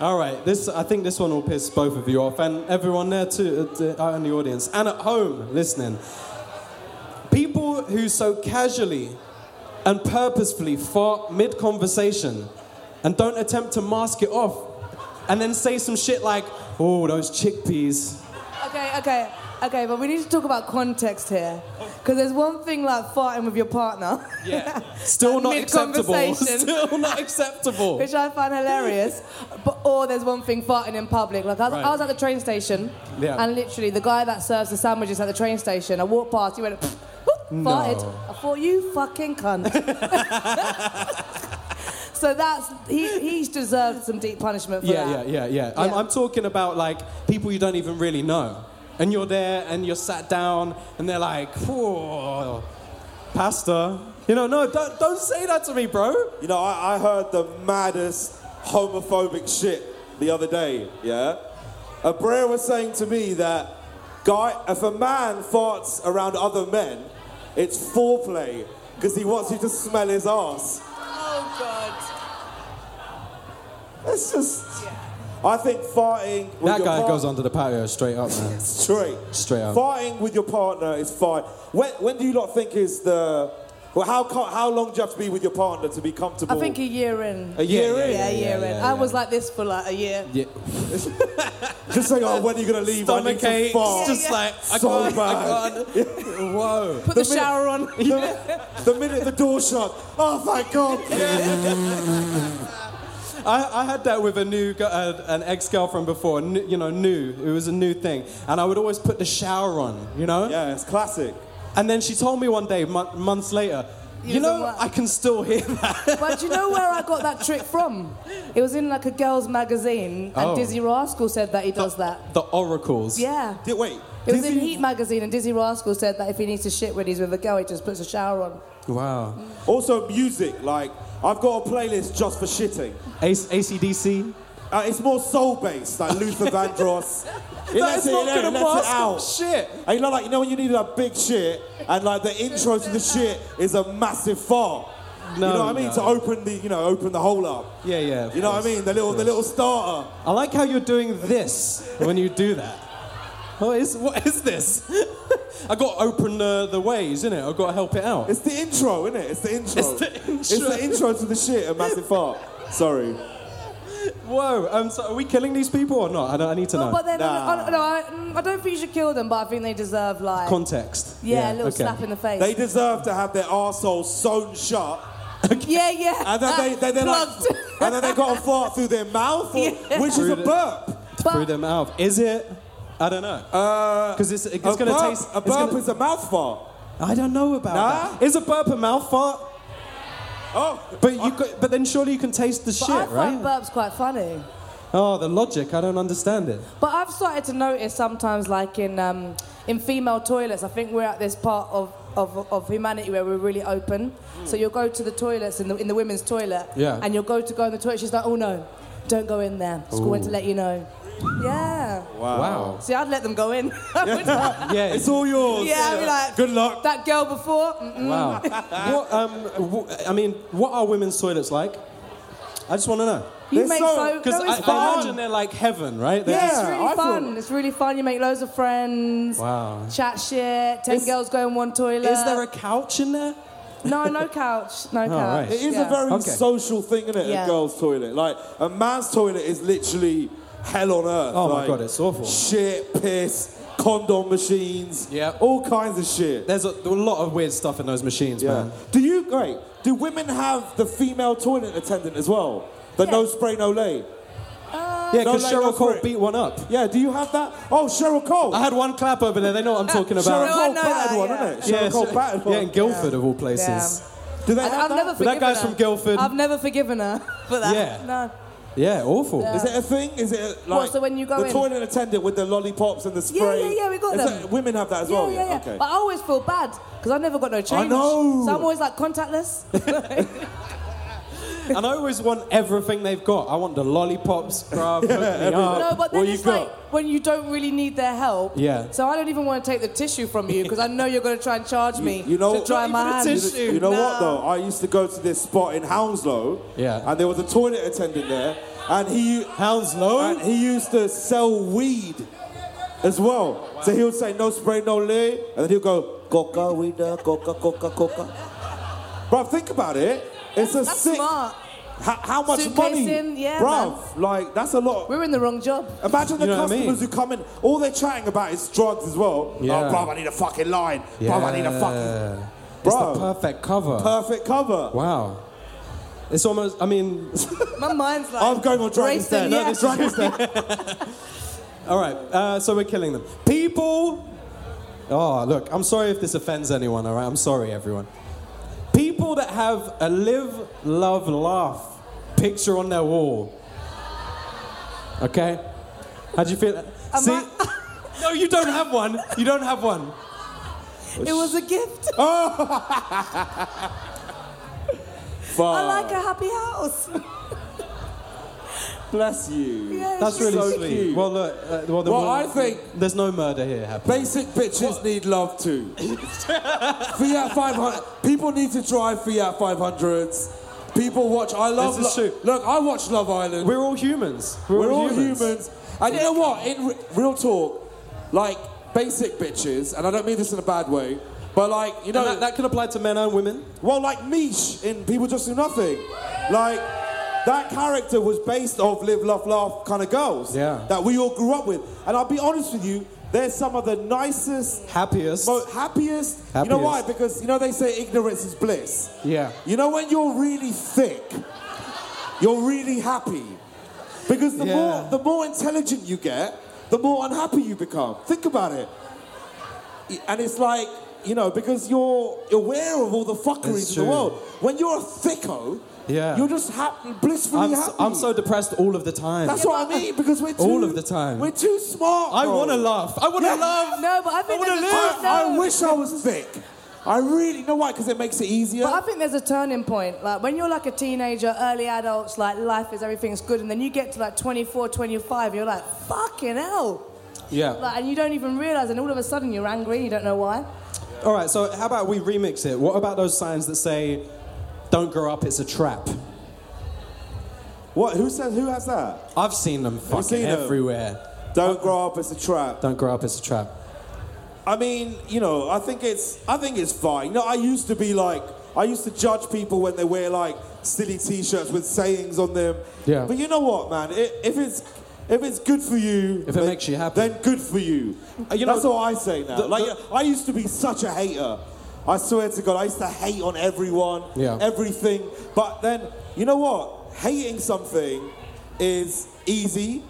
[SPEAKER 2] All right. This I think this one will piss both of you off and everyone there too, uh, uh, out in the audience and at home listening. People who so casually and purposefully fart mid conversation and don't attempt to mask it off, and then say some shit like, "Oh, those chickpeas."
[SPEAKER 4] Okay, okay, okay, but we need to talk about context here. Because there's one thing like farting with your partner.
[SPEAKER 2] Yeah. Still not acceptable.
[SPEAKER 4] Mid-conversation.
[SPEAKER 2] Still not acceptable.
[SPEAKER 4] Which I find hilarious, but or there's one thing farting in public. Like I was,
[SPEAKER 2] Right.
[SPEAKER 4] I was at the train station,
[SPEAKER 2] Yeah.
[SPEAKER 4] and literally the guy that serves the sandwiches at the train station, I walked past, he went, "Whoop," Farted. I thought, you fucking cunt. so that's, he, he's deserved some deep punishment for
[SPEAKER 2] Yeah, yeah,
[SPEAKER 4] that.
[SPEAKER 2] yeah, yeah. I'm,
[SPEAKER 4] Yeah.
[SPEAKER 2] I'm talking about like people you don't even really know. And you're there and you're sat down and they're like, "Whoa, pasta. You know, no, don't, don't say that to me, bro.
[SPEAKER 3] You know, I, I heard the maddest homophobic shit the other day, yeah? Abrea was saying to me that guy, if a man farts around other men, it's foreplay because he wants you to smell his ass.
[SPEAKER 4] Oh, God.
[SPEAKER 3] It's just. I think farting with
[SPEAKER 2] That
[SPEAKER 3] your
[SPEAKER 2] guy
[SPEAKER 3] part-
[SPEAKER 2] goes onto the patio straight up, man.
[SPEAKER 3] straight.
[SPEAKER 2] Straight up.
[SPEAKER 3] Farting with your partner is fine. When, when do you lot think is the. Well, how, co- how long do you have to be with your partner to be comfortable?
[SPEAKER 4] I think a year in.
[SPEAKER 2] A year
[SPEAKER 4] yeah,
[SPEAKER 2] in?
[SPEAKER 4] a
[SPEAKER 2] yeah,
[SPEAKER 4] year in.
[SPEAKER 2] yeah,
[SPEAKER 4] I
[SPEAKER 2] yeah.
[SPEAKER 4] was like this for like a year.
[SPEAKER 2] Yeah.
[SPEAKER 3] Just saying, oh, when are you going to leave? I need
[SPEAKER 2] Stomach
[SPEAKER 3] to
[SPEAKER 2] aches,
[SPEAKER 3] fart.
[SPEAKER 2] just like, I
[SPEAKER 3] So
[SPEAKER 2] can't,
[SPEAKER 3] bad.
[SPEAKER 2] I can't. Whoa.
[SPEAKER 4] Put the, shower on.
[SPEAKER 3] The, the minute the door shut, oh thank God!
[SPEAKER 2] I, I had that with a new, gu- uh, an ex-girlfriend before, n- you know, new. It was a new thing. And I would always put the shower on, you know?
[SPEAKER 3] Yeah, it's classic.
[SPEAKER 2] And then she told me one day, mon- months later, you
[SPEAKER 4] Years of
[SPEAKER 2] know,
[SPEAKER 4] work."
[SPEAKER 2] I can still hear that.
[SPEAKER 4] But do you know where I got that trick from? It was in like a girls' magazine, and
[SPEAKER 2] Oh.
[SPEAKER 4] Dizzy Rascal said that he does that.
[SPEAKER 2] The oracles.
[SPEAKER 4] Yeah.
[SPEAKER 3] Did, wait,
[SPEAKER 4] It was in
[SPEAKER 3] Dizzy-
[SPEAKER 4] Heat magazine, and Dizzy Rascal said that if he needs to shit when he's with a girl, he just puts a shower on.
[SPEAKER 2] Wow.
[SPEAKER 3] also music. Like I've got a playlist just for shitting.
[SPEAKER 2] AC- ACDC.
[SPEAKER 3] Uh, it's more soul based, like Luther Vandross. It
[SPEAKER 2] That
[SPEAKER 3] lets
[SPEAKER 2] is
[SPEAKER 3] it
[SPEAKER 2] not
[SPEAKER 3] in,
[SPEAKER 2] gonna
[SPEAKER 3] it lets
[SPEAKER 2] pass.
[SPEAKER 3] it out.
[SPEAKER 2] Shit.
[SPEAKER 3] And you know, like you know when you need that big shit, and like the intro to the shit is a massive fart.
[SPEAKER 2] No,
[SPEAKER 3] you know what I mean?
[SPEAKER 2] no.
[SPEAKER 3] To open the you know open the whole up.
[SPEAKER 2] Yeah, yeah. of
[SPEAKER 3] You know
[SPEAKER 2] course,
[SPEAKER 3] what I mean? The
[SPEAKER 2] of
[SPEAKER 3] little the
[SPEAKER 2] course.
[SPEAKER 3] little starter.
[SPEAKER 2] I like how you're doing this when you do that. What is, what is this? I got to open the, the ways, innit? I've got to help it out.
[SPEAKER 3] It's the intro, isn't it? It's the intro.
[SPEAKER 2] It's the intro.
[SPEAKER 3] It's the intro to the shit, a massive fart. Sorry.
[SPEAKER 2] Whoa, um, so are we killing these people or not? I, don't, I need to know.
[SPEAKER 4] But then,
[SPEAKER 3] Nah.
[SPEAKER 4] I, I, no, I, mm, I don't think you should kill them, but I think they deserve like,
[SPEAKER 2] Context.
[SPEAKER 4] yeah, a little slap in the face.
[SPEAKER 3] They deserve to have their arseholes sewn shut.
[SPEAKER 4] yeah, yeah.
[SPEAKER 3] And then they, they, they're like,
[SPEAKER 4] plugged.
[SPEAKER 3] and then they got a fart through their mouth, or,
[SPEAKER 4] Yeah.
[SPEAKER 3] which is
[SPEAKER 2] Through
[SPEAKER 3] a
[SPEAKER 2] the-
[SPEAKER 3] burp.
[SPEAKER 2] Through their mouth. Is it? I don't know.
[SPEAKER 3] Uh,
[SPEAKER 2] 'Cause it's- it's
[SPEAKER 3] a
[SPEAKER 2] gonna
[SPEAKER 3] burp-
[SPEAKER 2] taste-
[SPEAKER 3] A
[SPEAKER 2] it's
[SPEAKER 3] burp
[SPEAKER 2] gonna-
[SPEAKER 3] is a mouth fart.
[SPEAKER 2] I don't know about
[SPEAKER 3] Nah.
[SPEAKER 2] that. Is a burp a mouth fart?
[SPEAKER 3] Oh,
[SPEAKER 2] But you, got, but then surely you can taste the
[SPEAKER 4] but I
[SPEAKER 2] shit, right?
[SPEAKER 4] find burps quite funny.
[SPEAKER 2] oh, the logic. I don't understand it.
[SPEAKER 4] But I've started to notice sometimes, like in um, in female toilets, I think we're at this part of, of, of humanity where we're really open. So you'll go to the toilets in the in the women's toilet,
[SPEAKER 2] Yeah.
[SPEAKER 4] and you'll go to go in the toilet. She's like, "Oh no, don't go in there. Just wanted to let you know." Yeah.
[SPEAKER 2] Wow.
[SPEAKER 4] See, I'd let them go in. I would not.
[SPEAKER 2] Yeah.
[SPEAKER 3] it's all yours.
[SPEAKER 4] yeah, I'd be like,
[SPEAKER 3] Good luck.
[SPEAKER 4] That girl before. Mm-mm.
[SPEAKER 2] wow. what, um, wh- I mean, what are women's toilets like? I just want to know.
[SPEAKER 4] You
[SPEAKER 3] They're
[SPEAKER 4] make
[SPEAKER 3] so-
[SPEAKER 4] so,
[SPEAKER 2] Because
[SPEAKER 4] no,
[SPEAKER 2] I,
[SPEAKER 4] it's
[SPEAKER 2] I
[SPEAKER 4] fun.
[SPEAKER 2] imagine they're like heaven, right? They're
[SPEAKER 3] Yeah.
[SPEAKER 2] just-
[SPEAKER 4] It's really
[SPEAKER 3] I
[SPEAKER 4] fun.
[SPEAKER 3] thought-
[SPEAKER 4] It's really fun. You make loads of friends.
[SPEAKER 2] Wow.
[SPEAKER 4] Chat shit. Ten
[SPEAKER 2] Is-
[SPEAKER 4] girls go in one toilet.
[SPEAKER 2] Is there a couch in there?
[SPEAKER 4] No, no couch. No
[SPEAKER 2] right.
[SPEAKER 4] couch.
[SPEAKER 3] It is
[SPEAKER 4] Yeah.
[SPEAKER 3] a very
[SPEAKER 2] Okay.
[SPEAKER 3] social thing, isn't it?
[SPEAKER 4] Yeah.
[SPEAKER 3] A girl's toilet. Like, a man's toilet is literally hell on earth.
[SPEAKER 2] Oh my
[SPEAKER 3] like,
[SPEAKER 2] God, it's awful.
[SPEAKER 3] Shit, piss, condom machines,
[SPEAKER 2] Yeah.
[SPEAKER 3] all kinds of shit.
[SPEAKER 2] There's a, a lot of weird stuff in those machines,
[SPEAKER 3] Yeah.
[SPEAKER 2] man.
[SPEAKER 3] Do you great? Do women have the female toilet attendant as well? The no
[SPEAKER 4] Yeah.
[SPEAKER 3] spray, no lay.
[SPEAKER 2] Yeah, because
[SPEAKER 3] like, go
[SPEAKER 2] Cheryl
[SPEAKER 3] for
[SPEAKER 2] Cole
[SPEAKER 3] it.
[SPEAKER 2] beat one up.
[SPEAKER 3] Yeah. Do you have that? Oh, Cheryl Cole.
[SPEAKER 2] I had one clap over there. They know what I'm talking
[SPEAKER 3] Cheryl
[SPEAKER 2] about.
[SPEAKER 4] I
[SPEAKER 3] Cole
[SPEAKER 4] know
[SPEAKER 3] battered
[SPEAKER 4] that,
[SPEAKER 3] one,
[SPEAKER 4] yeah.
[SPEAKER 3] isn't it? Cheryl
[SPEAKER 2] yeah,
[SPEAKER 3] Cole
[SPEAKER 2] so-
[SPEAKER 3] battered one.
[SPEAKER 2] yeah, in Guildford of all places.
[SPEAKER 3] Do they
[SPEAKER 4] I,
[SPEAKER 3] have
[SPEAKER 4] have
[SPEAKER 3] that?
[SPEAKER 4] never
[SPEAKER 2] But that
[SPEAKER 4] forgiven
[SPEAKER 2] guy's
[SPEAKER 4] her.
[SPEAKER 2] from Guildford.
[SPEAKER 4] I've never forgiven her for that.
[SPEAKER 2] Yeah.
[SPEAKER 4] No.
[SPEAKER 2] Yeah, awful.
[SPEAKER 3] Is it a thing? Is it a, like
[SPEAKER 4] What, so when you go
[SPEAKER 3] the
[SPEAKER 4] in-
[SPEAKER 3] toilet attendant with the lollipops and the
[SPEAKER 4] Yeah,
[SPEAKER 3] spray?
[SPEAKER 4] yeah, yeah, we got
[SPEAKER 3] Is
[SPEAKER 4] them.
[SPEAKER 3] that- women have that as
[SPEAKER 4] yeah,
[SPEAKER 3] well.
[SPEAKER 4] yeah, yeah.
[SPEAKER 3] Okay.
[SPEAKER 4] But I always feel bad because I never got no change.
[SPEAKER 3] know.
[SPEAKER 4] So I'm always like contactless.
[SPEAKER 2] And I always want everything they've got. I want the lollipop scrub. hook me
[SPEAKER 3] Uh,
[SPEAKER 2] up.
[SPEAKER 4] no, but
[SPEAKER 2] What
[SPEAKER 4] then
[SPEAKER 2] you
[SPEAKER 4] it's
[SPEAKER 2] got?
[SPEAKER 4] like when you don't really need their help.
[SPEAKER 2] Yeah.
[SPEAKER 4] So I don't even want to take the tissue from you because I know you're going to try and charge me
[SPEAKER 3] you know-
[SPEAKER 4] to dry
[SPEAKER 3] Not
[SPEAKER 4] my
[SPEAKER 2] even a
[SPEAKER 4] hands.
[SPEAKER 2] tissue.
[SPEAKER 3] You know what
[SPEAKER 4] No.
[SPEAKER 3] though? I used to go to this spot in Hounslow.
[SPEAKER 2] Yeah.
[SPEAKER 3] And there was a toilet attendant there, and he
[SPEAKER 2] Hounslow?
[SPEAKER 3] and he used to sell weed as well. So he would say no spray, no lay, and then he'll go coca weed, uh, coca coca coca. Bruv, think about it. It's a
[SPEAKER 4] That's
[SPEAKER 3] sick.
[SPEAKER 4] smart.
[SPEAKER 3] How, how much
[SPEAKER 4] Suitcase
[SPEAKER 3] money,
[SPEAKER 4] in, yeah,
[SPEAKER 3] bruv? Like that's a lot.
[SPEAKER 4] We're in the wrong job.
[SPEAKER 3] Imagine the
[SPEAKER 2] You know what I
[SPEAKER 3] customers
[SPEAKER 2] mean?
[SPEAKER 3] who come in, all they're chatting about is drugs as well.
[SPEAKER 2] Yeah.
[SPEAKER 3] Oh, bro, I need a fucking line. Bro, I need a fucking.
[SPEAKER 2] It's
[SPEAKER 3] Bro.
[SPEAKER 2] the perfect cover.
[SPEAKER 3] Perfect cover.
[SPEAKER 2] wow. It's almost, I mean,
[SPEAKER 4] My mind's like.
[SPEAKER 3] I'm going on Dragon's Den.
[SPEAKER 4] racing,
[SPEAKER 3] No,
[SPEAKER 4] yeah.
[SPEAKER 3] this Dragon's Den.
[SPEAKER 2] all right, uh, so we're killing them. People Oh, look, I'm sorry if this offends anyone, all right? I'm sorry, everyone. People that have a live, love, laugh picture on their wall. Okay? How do you feel? See? no, you don't have one. You don't have one.
[SPEAKER 4] It was a gift.
[SPEAKER 3] Fuck.
[SPEAKER 4] I like a happy house.
[SPEAKER 3] Bless you.
[SPEAKER 4] Yeah,
[SPEAKER 2] That's really
[SPEAKER 3] So
[SPEAKER 2] sweet.
[SPEAKER 3] cute.
[SPEAKER 2] Well, look, uh, well, the
[SPEAKER 3] Well,
[SPEAKER 2] wall-
[SPEAKER 3] I think-
[SPEAKER 2] There's no murder here happening.
[SPEAKER 3] Basic bitches need love too. Fiat 500. People need to drive Fiat 500s. People watch. I love.
[SPEAKER 2] This is
[SPEAKER 3] Lo-
[SPEAKER 2] true.
[SPEAKER 3] Look, I watch Love Island.
[SPEAKER 2] We're all humans. We're,
[SPEAKER 3] We're all humans. And you know what? In re- real talk, like basic bitches, and I don't mean this in a bad way, but like you know,
[SPEAKER 2] And that, that can apply to men and women.
[SPEAKER 3] well, like Mish in People Just Do Nothing, like that character was based off live, love, laugh kind of girls
[SPEAKER 2] Yeah.
[SPEAKER 3] that we all grew up with. And I'll be honest with you, they're some of the nicest,
[SPEAKER 2] Happiest.
[SPEAKER 3] most happiest. You know
[SPEAKER 2] Happiest.
[SPEAKER 3] why? Because you know they say ignorance is bliss.
[SPEAKER 2] Yeah.
[SPEAKER 3] You know when you're really thick, you're really happy. Because the
[SPEAKER 2] Yeah.
[SPEAKER 3] more the more intelligent you get, the more unhappy you become. Think about it. And it's like, you know, because you're aware of all the
[SPEAKER 2] It's
[SPEAKER 3] fuckeries in
[SPEAKER 2] true.
[SPEAKER 3] the world. When you're a thicko,
[SPEAKER 2] Yeah.
[SPEAKER 3] you're just happy, blissfully
[SPEAKER 2] I'm
[SPEAKER 3] happy.
[SPEAKER 2] so, I'm so depressed all of the time.
[SPEAKER 3] That's what I mean, because we're too,
[SPEAKER 2] All of the time.
[SPEAKER 3] We're too smart.
[SPEAKER 2] I
[SPEAKER 3] bro.
[SPEAKER 2] want to laugh. I want to
[SPEAKER 3] Yeah.
[SPEAKER 2] love.
[SPEAKER 4] No, but I think
[SPEAKER 2] wanna
[SPEAKER 4] there's a
[SPEAKER 2] live.
[SPEAKER 4] turn- no.
[SPEAKER 3] I, I wish I was thick. I really know why, because it makes it easier.
[SPEAKER 4] But I think there's a turning point. Like when you're like a teenager, early adults, like life is everything's good, and then you get to like 24, 25, you're like fucking hell,
[SPEAKER 2] Yeah.
[SPEAKER 4] like, and you don't even realize, and all of a sudden you're angry, and you don't know why.
[SPEAKER 2] All right. So how about we remix it? What about those signs that say, "Don't grow up, it's a trap"?
[SPEAKER 3] What? Who says? Who has that?
[SPEAKER 2] I've seen them fucking
[SPEAKER 3] seen 'em?
[SPEAKER 2] everywhere.
[SPEAKER 3] Don't grow up. It's a trap.
[SPEAKER 2] Don't grow up, it's a trap.
[SPEAKER 3] I mean, you know, I think it's I think it's fine. You know, I used to be like I used to judge people when they wear like silly t-shirts with sayings on them.
[SPEAKER 2] Yeah.
[SPEAKER 3] But you know what, man? I if it's if it's good for you,
[SPEAKER 2] If it makes you happy.
[SPEAKER 3] then good for you.
[SPEAKER 2] Uh, you know,
[SPEAKER 3] That's all I say now.
[SPEAKER 2] the-
[SPEAKER 3] like
[SPEAKER 2] the-
[SPEAKER 3] I used to be such a hater. I swear to God, I used to hate on everyone,
[SPEAKER 2] Yeah.
[SPEAKER 3] everything. But then, you know what? Hating something is easy,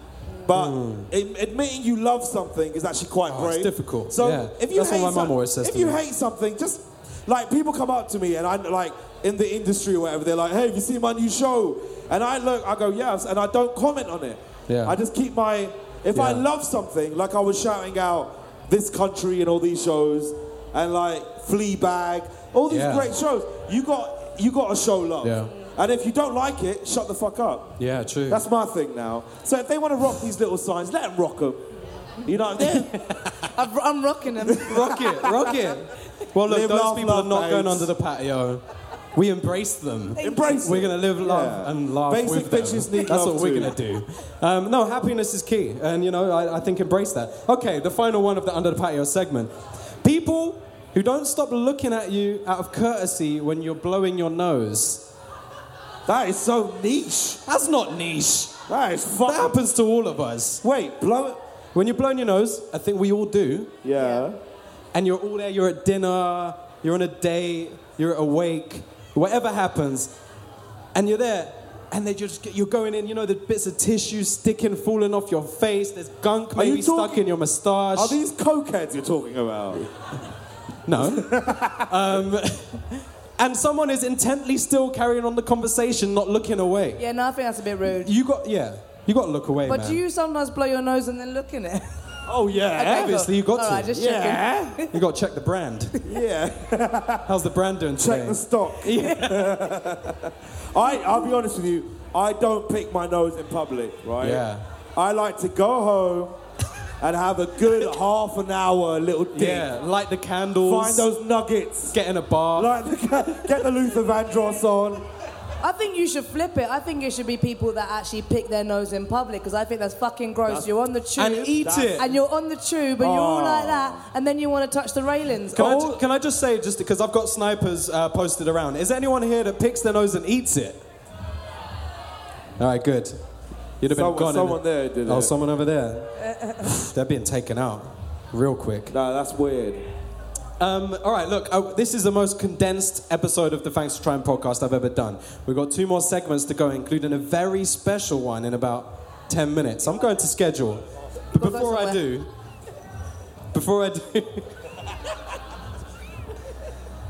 [SPEAKER 3] but ad- admitting you love something is actually quite
[SPEAKER 2] Hmm. Oh, it's
[SPEAKER 3] brave.
[SPEAKER 2] difficult,
[SPEAKER 3] So
[SPEAKER 2] yeah.
[SPEAKER 3] if you
[SPEAKER 2] That's what
[SPEAKER 3] hate
[SPEAKER 2] my mum
[SPEAKER 3] some-
[SPEAKER 2] always says
[SPEAKER 3] If
[SPEAKER 2] to
[SPEAKER 3] you
[SPEAKER 2] me.
[SPEAKER 3] hate something, just like people come up to me and I like in the industry or whatever, they're like, "Hey, have you seen my new show?" And I look, I go, "Yes," and I don't comment on it.
[SPEAKER 2] Yeah.
[SPEAKER 3] I just keep my. If I
[SPEAKER 2] Yeah.
[SPEAKER 3] love something, like I was shouting out this country and all these shows, and like Fleabag, all these
[SPEAKER 2] Yeah.
[SPEAKER 3] great shows. You got you got to show love.
[SPEAKER 2] Yeah.
[SPEAKER 3] And if you don't like it, shut the fuck up.
[SPEAKER 2] Yeah, true.
[SPEAKER 3] That's my thing now. So if they want to rock these little signs, let them rock them. You know what I mean?
[SPEAKER 4] I've, I'm rocking them.
[SPEAKER 2] rock it, rock it. Well, look,
[SPEAKER 3] Live,
[SPEAKER 2] those
[SPEAKER 3] laugh,
[SPEAKER 2] people
[SPEAKER 3] love,
[SPEAKER 2] are not going
[SPEAKER 3] babes.
[SPEAKER 2] under the patio. We embrace them.
[SPEAKER 3] Embrace
[SPEAKER 2] We're
[SPEAKER 3] it.
[SPEAKER 2] gonna live, love,
[SPEAKER 3] Yeah.
[SPEAKER 2] and laugh
[SPEAKER 3] Basic
[SPEAKER 2] with them.
[SPEAKER 3] bitches need
[SPEAKER 2] That's
[SPEAKER 3] love
[SPEAKER 2] what we're
[SPEAKER 3] too.
[SPEAKER 2] gonna do. Um, no, happiness is key, and you know, I, I think embrace that. Okay, the final one of the under the patio segment: people who don't stop looking at you out of courtesy when you're blowing your nose.
[SPEAKER 3] That is so niche.
[SPEAKER 2] That's not niche.
[SPEAKER 3] That is
[SPEAKER 2] That
[SPEAKER 3] fucking.
[SPEAKER 2] happens to all of us.
[SPEAKER 3] Wait, blow it.
[SPEAKER 2] When you're blowing your nose, I think we all do.
[SPEAKER 3] Yeah.
[SPEAKER 2] and you're all there, you're at dinner, you're on a date, you're awake, whatever happens, and you're there, and they just you're going in, you know, the bits of tissue sticking, falling off your face, there's gunk
[SPEAKER 3] Are you
[SPEAKER 2] maybe stuck
[SPEAKER 3] talking-
[SPEAKER 2] in your moustache.
[SPEAKER 3] Are these cokeheads you're talking about?
[SPEAKER 2] No. um, and someone is intently still carrying on the conversation, not looking away.
[SPEAKER 4] yeah, no, I think that's a bit rude.
[SPEAKER 2] You got yeah, you got to look away,
[SPEAKER 4] But
[SPEAKER 2] man.
[SPEAKER 4] do you sometimes blow your nose and then look in it?
[SPEAKER 3] Oh yeah.
[SPEAKER 2] Obviously, you got
[SPEAKER 4] All
[SPEAKER 2] to.
[SPEAKER 4] right, just
[SPEAKER 3] Yeah.
[SPEAKER 4] checking.
[SPEAKER 2] you got to check the brand.
[SPEAKER 3] Yeah.
[SPEAKER 2] How's the brand doing today?
[SPEAKER 3] Check the stock. I, I'll be honest with you, I don't pick my nose in public, right?
[SPEAKER 2] Yeah.
[SPEAKER 3] I like to go home and have a good half an hour little dip.
[SPEAKER 2] yeah, light the candles.
[SPEAKER 3] Find those nuggets.
[SPEAKER 2] Get in a bar.
[SPEAKER 3] Like the, get the Luther Vandross on.
[SPEAKER 4] I think you should flip it. I think it should be people that actually pick their nose in public because I think that's fucking gross. you're on the tube
[SPEAKER 2] and eat it. Oh.
[SPEAKER 4] and you're on the tube and you're all like that, and then you want to touch the railings.
[SPEAKER 2] Can, I
[SPEAKER 3] Oh.
[SPEAKER 4] All-
[SPEAKER 2] ju- can I just say, just because I've got snipers uh, posted around, is there anyone here that picks their nose and eats it? All right, good. You'd have been
[SPEAKER 3] Someone-
[SPEAKER 2] gone. in-
[SPEAKER 3] someone there did
[SPEAKER 2] Oh,
[SPEAKER 3] it.
[SPEAKER 2] someone over there. They're being taken out real quick.
[SPEAKER 3] No, that's weird.
[SPEAKER 2] Um, all right, look, uh, this is the most condensed episode of the Thanks for Trying podcast I've ever done. We've got two more segments to go, including a very special one in about 10 minutes. I'm going to schedule. But
[SPEAKER 4] We'll go
[SPEAKER 2] before I
[SPEAKER 4] somewhere.
[SPEAKER 2] do, before I do,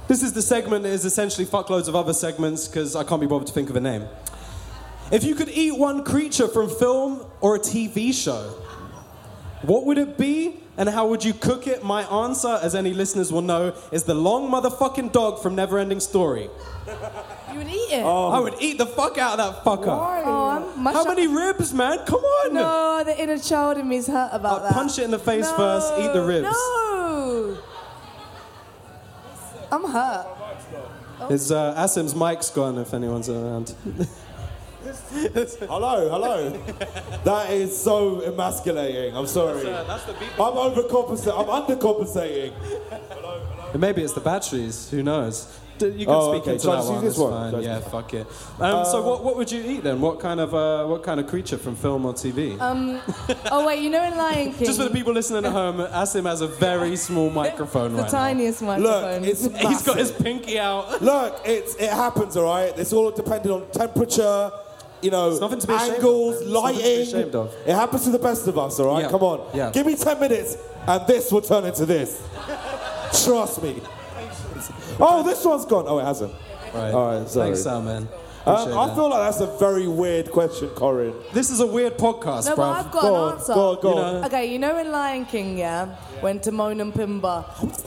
[SPEAKER 2] This is the segment that is essentially fuckloads of other segments because I can't be bothered to think of a name. If you could eat one creature from film or a TV show, what would it be and how would you cook it? My answer, as any listeners will know, is the long motherfucking dog from Neverending Story.
[SPEAKER 4] You would eat it.
[SPEAKER 3] Um,
[SPEAKER 2] I would eat the fuck out of that fucker.
[SPEAKER 4] Oh, I'm much
[SPEAKER 2] Oh. How many ribs, man? Come on!
[SPEAKER 4] No, the inner child in me is hurt about
[SPEAKER 2] Uh,
[SPEAKER 4] that.
[SPEAKER 2] punch it in the face
[SPEAKER 4] No,
[SPEAKER 2] first, eat the ribs.
[SPEAKER 4] No. I'm hurt.
[SPEAKER 2] It's uh, Asim's mic's gone if anyone's around.
[SPEAKER 3] Hello, hello. that is so emasculating. I'm sorry.
[SPEAKER 2] uh,
[SPEAKER 3] I'm overcompensating. I'm undercompensating.
[SPEAKER 2] And maybe it's the batteries, who knows? D- You can
[SPEAKER 3] Oh,
[SPEAKER 2] speak
[SPEAKER 3] okay,
[SPEAKER 2] into
[SPEAKER 3] so
[SPEAKER 2] that
[SPEAKER 3] let's use
[SPEAKER 2] one.
[SPEAKER 3] this
[SPEAKER 2] it's
[SPEAKER 3] one. Uh,
[SPEAKER 2] fine,
[SPEAKER 3] Let's-
[SPEAKER 2] Yeah, fuck it. Um, so, what, what would you eat then? What kind of uh, what kind of creature from film or TV?
[SPEAKER 4] Oh wait, you know in Lion King.
[SPEAKER 2] Just for the people listening at home, Asim has a very small microphone
[SPEAKER 4] the
[SPEAKER 2] right
[SPEAKER 4] tiniest microphone.
[SPEAKER 3] Look, it's
[SPEAKER 2] now. He's got his
[SPEAKER 3] massive.
[SPEAKER 2] pinky out.
[SPEAKER 3] Look, it's it happens, all right. It's all dependent on temperature, you know,
[SPEAKER 2] It's nothing to be ashamed of,
[SPEAKER 3] angles,
[SPEAKER 2] man. It's nothing to be
[SPEAKER 3] lighting.
[SPEAKER 2] ashamed of.
[SPEAKER 3] It happens to the best of us, all right.
[SPEAKER 2] Yeah.
[SPEAKER 3] Come on,
[SPEAKER 2] Yeah.
[SPEAKER 3] give me ten minutes, and this will turn into this. Trust me. Oh, this one's gone. Oh, it hasn't.
[SPEAKER 2] Right.
[SPEAKER 3] All right, sorry.
[SPEAKER 2] Thanks, Sal, man. Appreciate
[SPEAKER 3] Um, I
[SPEAKER 2] that.
[SPEAKER 3] feel like that's a very weird question, Corin.
[SPEAKER 2] This is a weird podcast,
[SPEAKER 4] no, but
[SPEAKER 2] bruv.
[SPEAKER 4] I've got
[SPEAKER 3] Go
[SPEAKER 4] an
[SPEAKER 3] on,
[SPEAKER 4] answer.
[SPEAKER 3] go on, go on.
[SPEAKER 4] Okay, you know in Lion King, yeah, when Timon and Pumbaa,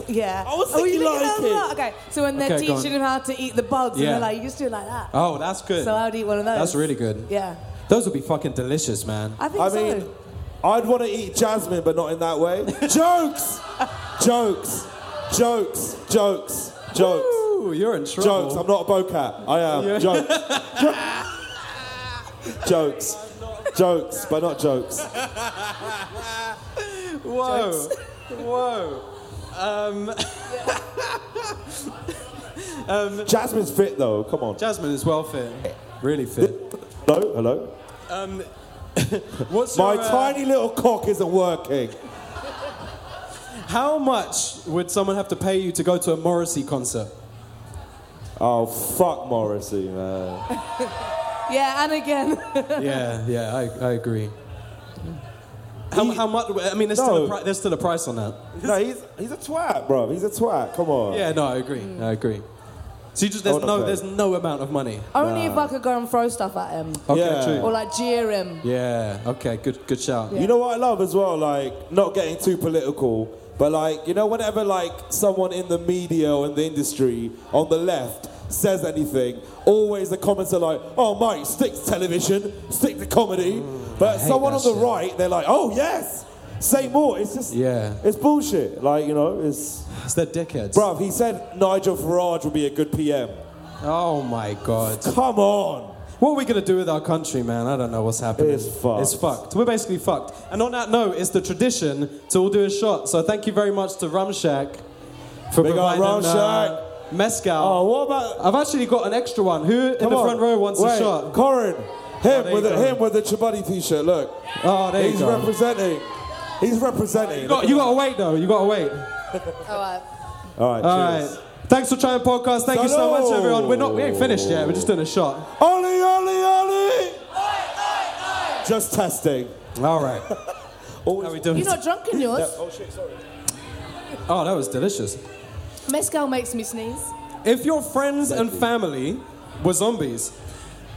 [SPEAKER 4] yeah.
[SPEAKER 3] I was
[SPEAKER 4] Oh,
[SPEAKER 3] thinking
[SPEAKER 4] you look at
[SPEAKER 3] Lion
[SPEAKER 4] them
[SPEAKER 3] King.
[SPEAKER 4] like- Okay, so when they're
[SPEAKER 2] Okay, go on.
[SPEAKER 4] teaching him how to eat the bugs,
[SPEAKER 2] Yeah.
[SPEAKER 4] and they're like, you just do it like that.
[SPEAKER 2] Oh, that's good.
[SPEAKER 4] So I would eat one of those.
[SPEAKER 2] That's really good.
[SPEAKER 4] Yeah,
[SPEAKER 2] Those would be fucking delicious, man.
[SPEAKER 4] I think
[SPEAKER 3] I
[SPEAKER 4] so.
[SPEAKER 3] mean, I'd want to eat Jasmine, but not in that way. jokes, jokes, jokes, jokes, jokes.
[SPEAKER 2] Ooh, you're in trouble.
[SPEAKER 3] Jokes. I'm not a bocat. I am jokes. jokes. Jokes, but not jokes.
[SPEAKER 2] Whoa. Whoa.
[SPEAKER 3] Jasmine's fit though. Come on.
[SPEAKER 2] Jasmine is well fit. Really fit.
[SPEAKER 3] Hello, hello.
[SPEAKER 2] What's
[SPEAKER 3] My
[SPEAKER 2] your, uh,
[SPEAKER 3] tiny little cock isn't working.
[SPEAKER 2] How much would someone have to pay you to go to a Morrissey concert?
[SPEAKER 3] Oh fuck Morrissey, man.
[SPEAKER 4] yeah, and again,
[SPEAKER 2] yeah, yeah, I, I agree. How, how much? I mean, there's, still a
[SPEAKER 3] No.
[SPEAKER 2] pri- there's still a price on that.
[SPEAKER 3] No, he's he's a twat, bro. He's a twat. Come on.
[SPEAKER 2] Yeah, no, I agree. I agree. So you just there's
[SPEAKER 3] Hold on,
[SPEAKER 2] no
[SPEAKER 3] babe.
[SPEAKER 2] there's no amount of money.
[SPEAKER 4] only if I could go and throw stuff at him
[SPEAKER 2] Okay,
[SPEAKER 3] Yeah.
[SPEAKER 4] or
[SPEAKER 2] true.
[SPEAKER 4] like jeer him.
[SPEAKER 2] Yeah. Okay. Good. Good shout.
[SPEAKER 3] You know what I love as well, like not getting too political, but like you know whenever like someone in the media or in the industry on the left says anything, always the comments are like, "Oh, Mike, stick to television, stick to comedy," but
[SPEAKER 2] Mm. hate
[SPEAKER 3] someone
[SPEAKER 2] that
[SPEAKER 3] on the
[SPEAKER 2] shit.
[SPEAKER 3] right, they're like, "Oh yes, say more." It's just
[SPEAKER 2] Yeah.
[SPEAKER 3] it's bullshit. Like you know, it's
[SPEAKER 2] It's their dickheads.
[SPEAKER 3] bruv. He said Nigel Farage would be a good PM.
[SPEAKER 2] Oh my god.
[SPEAKER 3] Come on.
[SPEAKER 2] What are we gonna do with our country, man? I don't know what's happening.
[SPEAKER 3] It's fucked.
[SPEAKER 2] It's fucked. We're basically fucked. And on that note, it's the tradition to all do a shot. So thank you very much to Rumshack for
[SPEAKER 3] Big up
[SPEAKER 2] providing uh, mezcal.
[SPEAKER 3] Oh, what about?
[SPEAKER 2] I've actually got an extra one. Who in
[SPEAKER 3] Come
[SPEAKER 2] the
[SPEAKER 3] on.
[SPEAKER 2] front row wants
[SPEAKER 3] Wait,
[SPEAKER 2] a shot? Oh,
[SPEAKER 3] Corin, him
[SPEAKER 2] there
[SPEAKER 3] with
[SPEAKER 2] you
[SPEAKER 3] a,
[SPEAKER 2] go.
[SPEAKER 3] him with the Chibati t-shirt. Look.
[SPEAKER 2] Oh, there
[SPEAKER 3] He's
[SPEAKER 2] you go.
[SPEAKER 3] representing. He's representing.
[SPEAKER 2] you, got, you gotta wait though. You gotta wait.
[SPEAKER 4] All right.
[SPEAKER 3] All
[SPEAKER 2] All
[SPEAKER 3] right.
[SPEAKER 2] right.
[SPEAKER 3] cheers.
[SPEAKER 2] Thanks for trying podcast. Thank you so much,
[SPEAKER 3] Salud.
[SPEAKER 2] everyone. We're not. We ain't finished yet. We're just doing a shot.
[SPEAKER 3] Oli, Oli, Oli. Just testing. Oh,
[SPEAKER 2] All right.
[SPEAKER 3] Always-
[SPEAKER 2] How we doing?
[SPEAKER 4] You're not drunk in yours.
[SPEAKER 3] Oh shit! Sorry.
[SPEAKER 2] Oh, that was delicious.
[SPEAKER 4] Mezcal makes me sneeze.
[SPEAKER 2] If your friends and family were zombies,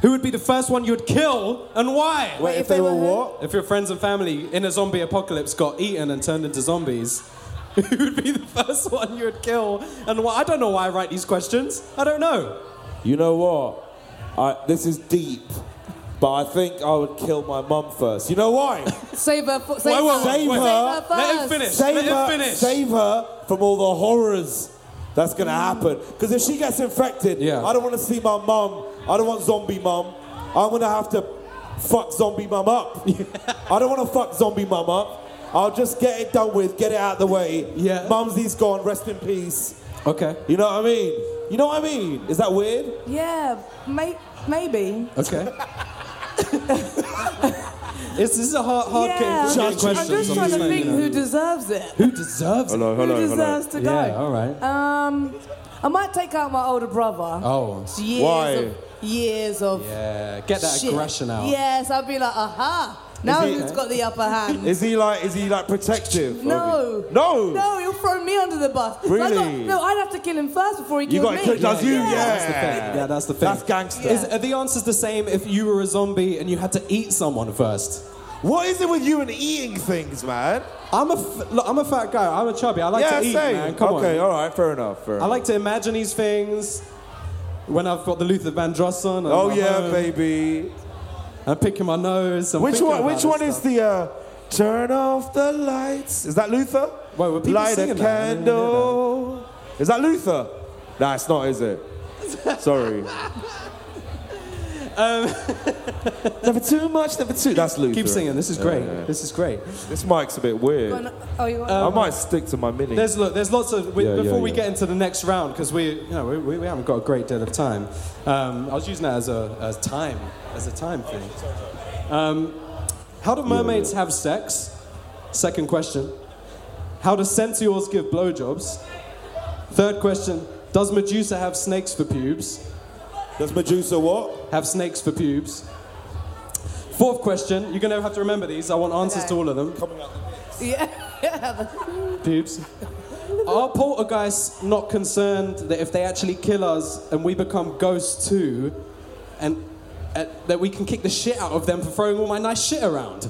[SPEAKER 2] who would be the first one you'd kill and why?
[SPEAKER 3] Wait, if they, were what?
[SPEAKER 2] If your friends and family in a zombie apocalypse got eaten and turned into zombies, who would be the first one you would kill and why? I don't know why I write these questions. I don't know.
[SPEAKER 3] You know what? I, this is deep, but I think I would kill my mum first. You know why?
[SPEAKER 4] Save her. For,
[SPEAKER 2] Wait,
[SPEAKER 4] save,
[SPEAKER 2] wait,
[SPEAKER 4] her.
[SPEAKER 3] wait, wait.
[SPEAKER 4] Save her
[SPEAKER 2] Let him
[SPEAKER 4] first.
[SPEAKER 2] finish.
[SPEAKER 3] save
[SPEAKER 2] Let him
[SPEAKER 3] her,
[SPEAKER 2] finish.
[SPEAKER 3] save her from all the horrors that's gonna happen. Because if she gets infected,
[SPEAKER 2] Yeah.
[SPEAKER 3] I don't want to see my mum. I don't want zombie mum. I'm gonna have to fuck zombie mum up. I don't want to fuck zombie mum up. I'll just get it done with, get it out of the way.
[SPEAKER 2] Yeah.
[SPEAKER 3] Mumsy's gone. Rest in peace.
[SPEAKER 2] Okay.
[SPEAKER 3] You know what I mean? You know what I mean? Is that weird?
[SPEAKER 4] Yeah, may, maybe.
[SPEAKER 2] Okay. it's, this is a hard, hard
[SPEAKER 4] yeah, I'm
[SPEAKER 2] game.
[SPEAKER 4] just, I'm just trying to think who deserves it.
[SPEAKER 2] who deserves it.
[SPEAKER 4] who deserves to go?
[SPEAKER 2] Yeah, all right.
[SPEAKER 4] Um, I might take out my older brother.
[SPEAKER 2] Oh,
[SPEAKER 4] It's years
[SPEAKER 3] Why?
[SPEAKER 4] Of, years of
[SPEAKER 2] yeah. Get that
[SPEAKER 4] shit.
[SPEAKER 2] aggression out.
[SPEAKER 4] Yes, I'd be like, aha. Now
[SPEAKER 3] he-
[SPEAKER 4] who's got the upper hand?
[SPEAKER 3] Is he like? Is he like protective? of
[SPEAKER 4] No.
[SPEAKER 3] you? No.
[SPEAKER 4] no, he'll throw me under the the bus. So I got-
[SPEAKER 3] Really?
[SPEAKER 4] no, I'd have to kill him first before he
[SPEAKER 3] You
[SPEAKER 4] killed
[SPEAKER 3] got
[SPEAKER 4] me.
[SPEAKER 3] it cooked, does you? Yeah.
[SPEAKER 2] That's the thing. Yeah, that's the thing.
[SPEAKER 3] That's gangster.
[SPEAKER 2] Is, are the answers the same if you were a zombie and you had to eat someone first?
[SPEAKER 3] What is it with you and eating things, man?
[SPEAKER 2] I'm a, f- look, I'm a fat guy. I'm a chubby. I like
[SPEAKER 3] yeah,
[SPEAKER 2] to eat,
[SPEAKER 3] same.
[SPEAKER 2] man. Come
[SPEAKER 3] okay,
[SPEAKER 2] on.
[SPEAKER 3] all right, fair enough. Fair
[SPEAKER 2] I
[SPEAKER 3] enough.
[SPEAKER 2] like to imagine these things when I've got the Luther Vandross on. and
[SPEAKER 3] oh
[SPEAKER 2] I'm
[SPEAKER 3] yeah,
[SPEAKER 2] home,
[SPEAKER 3] baby.
[SPEAKER 2] I'm picking my nose. I'm
[SPEAKER 3] Which
[SPEAKER 2] thinking
[SPEAKER 3] one?
[SPEAKER 2] about
[SPEAKER 3] Which
[SPEAKER 2] this
[SPEAKER 3] one is
[SPEAKER 2] stuff.
[SPEAKER 3] the uh, turn off the lights? Is that Luther?
[SPEAKER 2] Wait, were people
[SPEAKER 3] Light a
[SPEAKER 2] singing that? I didn't hear
[SPEAKER 3] candle. Is that Luther? Nah, it's not, is it? Sorry.
[SPEAKER 4] Um,
[SPEAKER 3] never too much, never too. That's Luther.
[SPEAKER 2] Keep singing. This is great. This is great.
[SPEAKER 3] This mic's a bit weird.
[SPEAKER 4] Oh, you got
[SPEAKER 2] Um,
[SPEAKER 3] I might stick to my mini.
[SPEAKER 2] There's look, there's lots of we,
[SPEAKER 3] Yeah, yeah,
[SPEAKER 2] before we
[SPEAKER 3] yeah.
[SPEAKER 2] get into the next round because we you know we, we, we haven't got a great deal of time. Um, I was using that as a as time as a time thing. Um, how do mermaids have sex? Second question. How do centaurs give blowjobs? Third question. Does Medusa have snakes for pubes?
[SPEAKER 3] Does Medusa what?
[SPEAKER 2] Have snakes for pubes? Fourth question. You're gonna have to remember these. I want answers to all of them.
[SPEAKER 4] yeah.
[SPEAKER 2] Pubes. Are poltergeists not concerned that if they actually kill us and we become ghosts too, and uh, that we can kick the shit out of them for throwing all my nice shit around?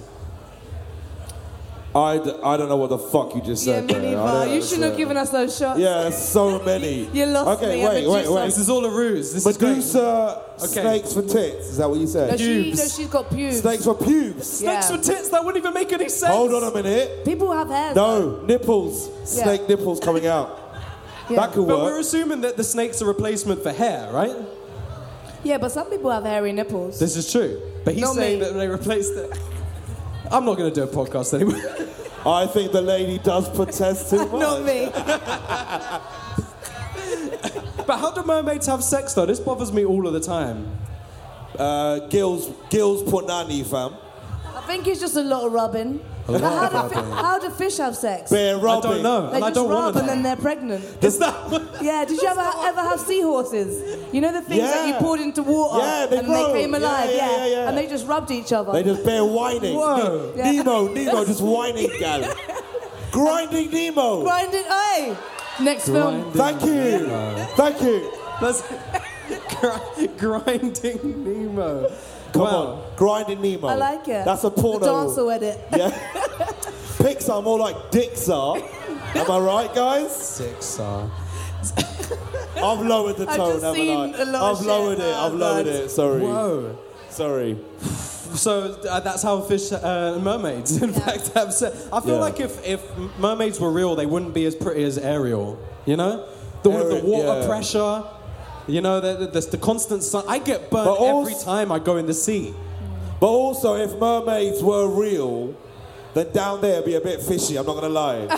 [SPEAKER 3] I, d- I don't know what the fuck you just
[SPEAKER 4] yeah,
[SPEAKER 3] said.
[SPEAKER 4] me
[SPEAKER 3] there. I
[SPEAKER 4] neither.
[SPEAKER 3] don't
[SPEAKER 4] You shouldn't have given us those shots.
[SPEAKER 3] Yeah, there's so many.
[SPEAKER 4] You lost
[SPEAKER 3] okay,
[SPEAKER 4] me,
[SPEAKER 3] wait, wait,
[SPEAKER 4] Medusa.
[SPEAKER 3] wait.
[SPEAKER 2] This is all a ruse. This is great.
[SPEAKER 3] Medusa
[SPEAKER 2] Okay.
[SPEAKER 3] snakes for tits. Is that what you
[SPEAKER 4] No,
[SPEAKER 3] said?
[SPEAKER 4] she, no,
[SPEAKER 2] Pubes.
[SPEAKER 4] she's got pubes.
[SPEAKER 3] Snakes for pubes.
[SPEAKER 4] Yeah.
[SPEAKER 2] Snakes with tits. That wouldn't even make any sense.
[SPEAKER 3] Hold on a minute.
[SPEAKER 4] People have hair.
[SPEAKER 3] No nipples.
[SPEAKER 4] Yeah.
[SPEAKER 3] Snake nipples coming out.
[SPEAKER 4] Yeah.
[SPEAKER 3] That could
[SPEAKER 2] But we're
[SPEAKER 3] work.
[SPEAKER 2] assuming that the snake's a replacement for hair, right?
[SPEAKER 4] Yeah, but some people have hairy nipples.
[SPEAKER 2] This is true. But he's
[SPEAKER 4] Not
[SPEAKER 2] saying
[SPEAKER 4] me.
[SPEAKER 2] that they replaced it. I'm not going to do a podcast anymore.
[SPEAKER 3] I think the lady does protest too much.
[SPEAKER 4] Not me.
[SPEAKER 2] but how do mermaids have sex though? This bothers me all of the time.
[SPEAKER 3] Uh, gills, gills, punani, fam.
[SPEAKER 4] I think it's just a lot of rubbing. But how, do fi- how do fish have sex?
[SPEAKER 3] Bear
[SPEAKER 2] I
[SPEAKER 3] rubbing.
[SPEAKER 2] don't know,
[SPEAKER 4] They
[SPEAKER 2] and I
[SPEAKER 4] just
[SPEAKER 2] don't
[SPEAKER 4] rub
[SPEAKER 2] want
[SPEAKER 4] and then
[SPEAKER 2] to.
[SPEAKER 4] they're pregnant.
[SPEAKER 2] Is that?
[SPEAKER 4] Yeah, did you ever ever have seahorses? You know the things that
[SPEAKER 3] Yeah.
[SPEAKER 4] you poured into water
[SPEAKER 3] Yeah, they
[SPEAKER 4] and
[SPEAKER 3] grow.
[SPEAKER 4] they came
[SPEAKER 3] Yeah,
[SPEAKER 4] alive,
[SPEAKER 3] yeah, yeah, yeah.
[SPEAKER 4] And they just rubbed each other.
[SPEAKER 3] They just bear whining.
[SPEAKER 2] Whoa.
[SPEAKER 3] Ne- Nemo, Nemo, just whining, gal. Grinding Nemo.
[SPEAKER 4] Grind it, oi! Next film.
[SPEAKER 3] Thank you. Thank you.
[SPEAKER 2] That's Gri- grinding Nemo.
[SPEAKER 3] Come
[SPEAKER 2] Wow.
[SPEAKER 3] on, grinding Nemo.
[SPEAKER 4] I like it.
[SPEAKER 3] That's a porno.
[SPEAKER 4] The dancer edit.
[SPEAKER 3] Yeah. Pixar more like Dixar. Am I right, guys?
[SPEAKER 2] Six are.
[SPEAKER 3] I've lowered the
[SPEAKER 4] I've
[SPEAKER 3] tone,
[SPEAKER 4] just
[SPEAKER 3] haven't
[SPEAKER 4] seen
[SPEAKER 3] I?
[SPEAKER 4] a lot of
[SPEAKER 3] I've lowered
[SPEAKER 4] shit.
[SPEAKER 3] it. I've
[SPEAKER 4] Oh,
[SPEAKER 3] lowered
[SPEAKER 4] God.
[SPEAKER 3] it. Sorry.
[SPEAKER 2] Whoa.
[SPEAKER 3] Sorry.
[SPEAKER 2] So uh, that's how fish, uh, mermaids, in fact, have sex. I feel
[SPEAKER 3] Yeah.
[SPEAKER 2] like if, if mermaids were real, they wouldn't be as pretty as Ariel. You know, the, all of the
[SPEAKER 3] Ariel,
[SPEAKER 2] water
[SPEAKER 3] yeah.
[SPEAKER 2] pressure. You know, the, the, the constant sun. I get burnt
[SPEAKER 3] But also-
[SPEAKER 2] every time I go in the sea.
[SPEAKER 3] But also, if mermaids were real, then down there it'd be a bit fishy. I'm not gonna lie.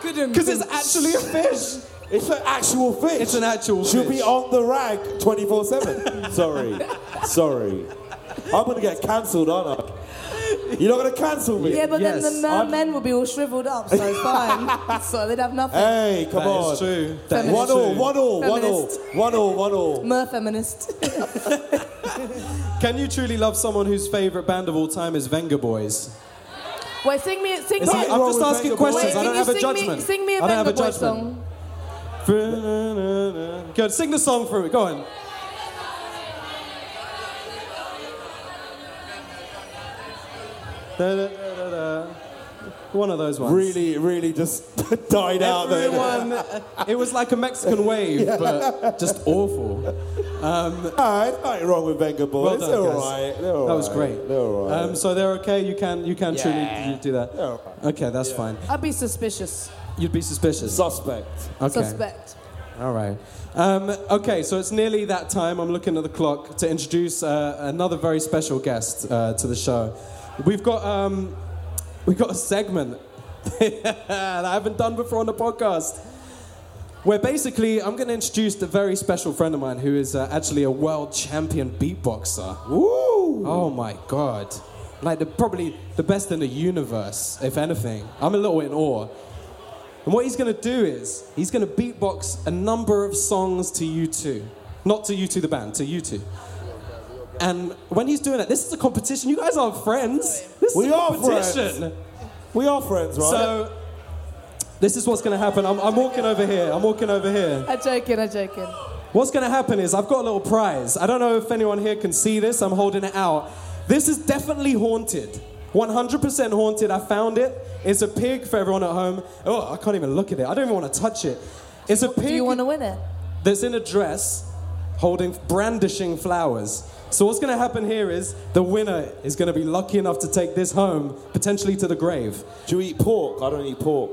[SPEAKER 4] Couldn't.
[SPEAKER 2] Because it's actually a fish.
[SPEAKER 3] It's an actual fish.
[SPEAKER 2] It's an actual
[SPEAKER 3] She'll
[SPEAKER 2] fish.
[SPEAKER 3] be on the rag 24/7. Sorry. Sorry. I'm gonna get cancelled, aren't I? You're not gonna cancel me.
[SPEAKER 4] Yeah, but
[SPEAKER 2] Yes,
[SPEAKER 4] then the mer- men would be all shriveled up, so it's fine. so they'd have nothing.
[SPEAKER 2] Eh.
[SPEAKER 3] Hey, come
[SPEAKER 2] That
[SPEAKER 3] on.
[SPEAKER 2] is true. That is
[SPEAKER 3] One all,
[SPEAKER 2] true.
[SPEAKER 3] one all, one all,
[SPEAKER 4] Feminist.
[SPEAKER 3] one all, one all.
[SPEAKER 4] Mer feminist.
[SPEAKER 2] Can you truly love someone whose favorite band of all time is Venga Boys?
[SPEAKER 4] Wait, sing me, sing
[SPEAKER 2] Is
[SPEAKER 4] me.
[SPEAKER 2] he- I'm
[SPEAKER 3] wrong
[SPEAKER 2] just
[SPEAKER 3] with
[SPEAKER 2] asking
[SPEAKER 3] Venga Boys?
[SPEAKER 2] questions.
[SPEAKER 4] Wait,
[SPEAKER 2] I
[SPEAKER 4] can
[SPEAKER 2] don't
[SPEAKER 4] you
[SPEAKER 2] have a
[SPEAKER 4] sing
[SPEAKER 2] judgment.
[SPEAKER 4] Me, sing me a
[SPEAKER 2] I don't have a
[SPEAKER 4] Venga Boy
[SPEAKER 2] judgment.
[SPEAKER 4] song.
[SPEAKER 2] Good. Sing the song for me. Go on. Da, da, da, da, da. One of those ones.
[SPEAKER 3] Really, really just died out there.
[SPEAKER 2] Everyone, it was like a Mexican wave, but just awful.
[SPEAKER 3] Alright, nothing wrong with Venga Boys.
[SPEAKER 2] Well
[SPEAKER 3] they're
[SPEAKER 2] done, guys.
[SPEAKER 3] alright. They're alright.
[SPEAKER 2] That was great.
[SPEAKER 3] They're alright.
[SPEAKER 2] Um, so they're okay. You can you can truly do that.
[SPEAKER 3] They're all
[SPEAKER 2] Okay, that's fine.
[SPEAKER 4] I'd be suspicious.
[SPEAKER 2] You'd be suspicious.
[SPEAKER 3] Suspect.
[SPEAKER 2] Okay.
[SPEAKER 4] Suspect.
[SPEAKER 2] All right. Um, okay, so it's nearly that time. I'm looking at the clock to introduce uh, another very special guest uh, to the show. We've got um, we've got a segment that I haven't done before on the podcast. Where basically, I'm going to introduce a very special friend of mine who is uh, actually a world champion beatboxer.
[SPEAKER 3] Woo!
[SPEAKER 2] Oh my god! Like the, probably the best in the universe, if anything. I'm a little in awe. And what he's going to do is he's going to beatbox a number of songs to you two, not to you two the band, to you two. And when he's doing that, this is a competition. You guys aren't friends. This
[SPEAKER 3] We
[SPEAKER 2] is a
[SPEAKER 3] are
[SPEAKER 2] competition.
[SPEAKER 3] We are friends, right?
[SPEAKER 2] So This is what's going to happen. I'm, I'm walking over here. I'm walking over here.
[SPEAKER 4] I'm joking, I'm joking.
[SPEAKER 2] What's going to happen is I've got a little prize. I don't know if anyone here can see this. I'm holding it out. This is definitely haunted. 100% haunted. I found it. It's a pig for everyone at home. Oh, I can't even look at it. I don't even want to touch it. It's a pig
[SPEAKER 4] Do you want to win it?
[SPEAKER 2] that's in a dress holding brandishing flowers. So what's going to happen here is the winner is going to be lucky enough to take this home, potentially to the grave.
[SPEAKER 3] Do you eat pork? I don't eat pork.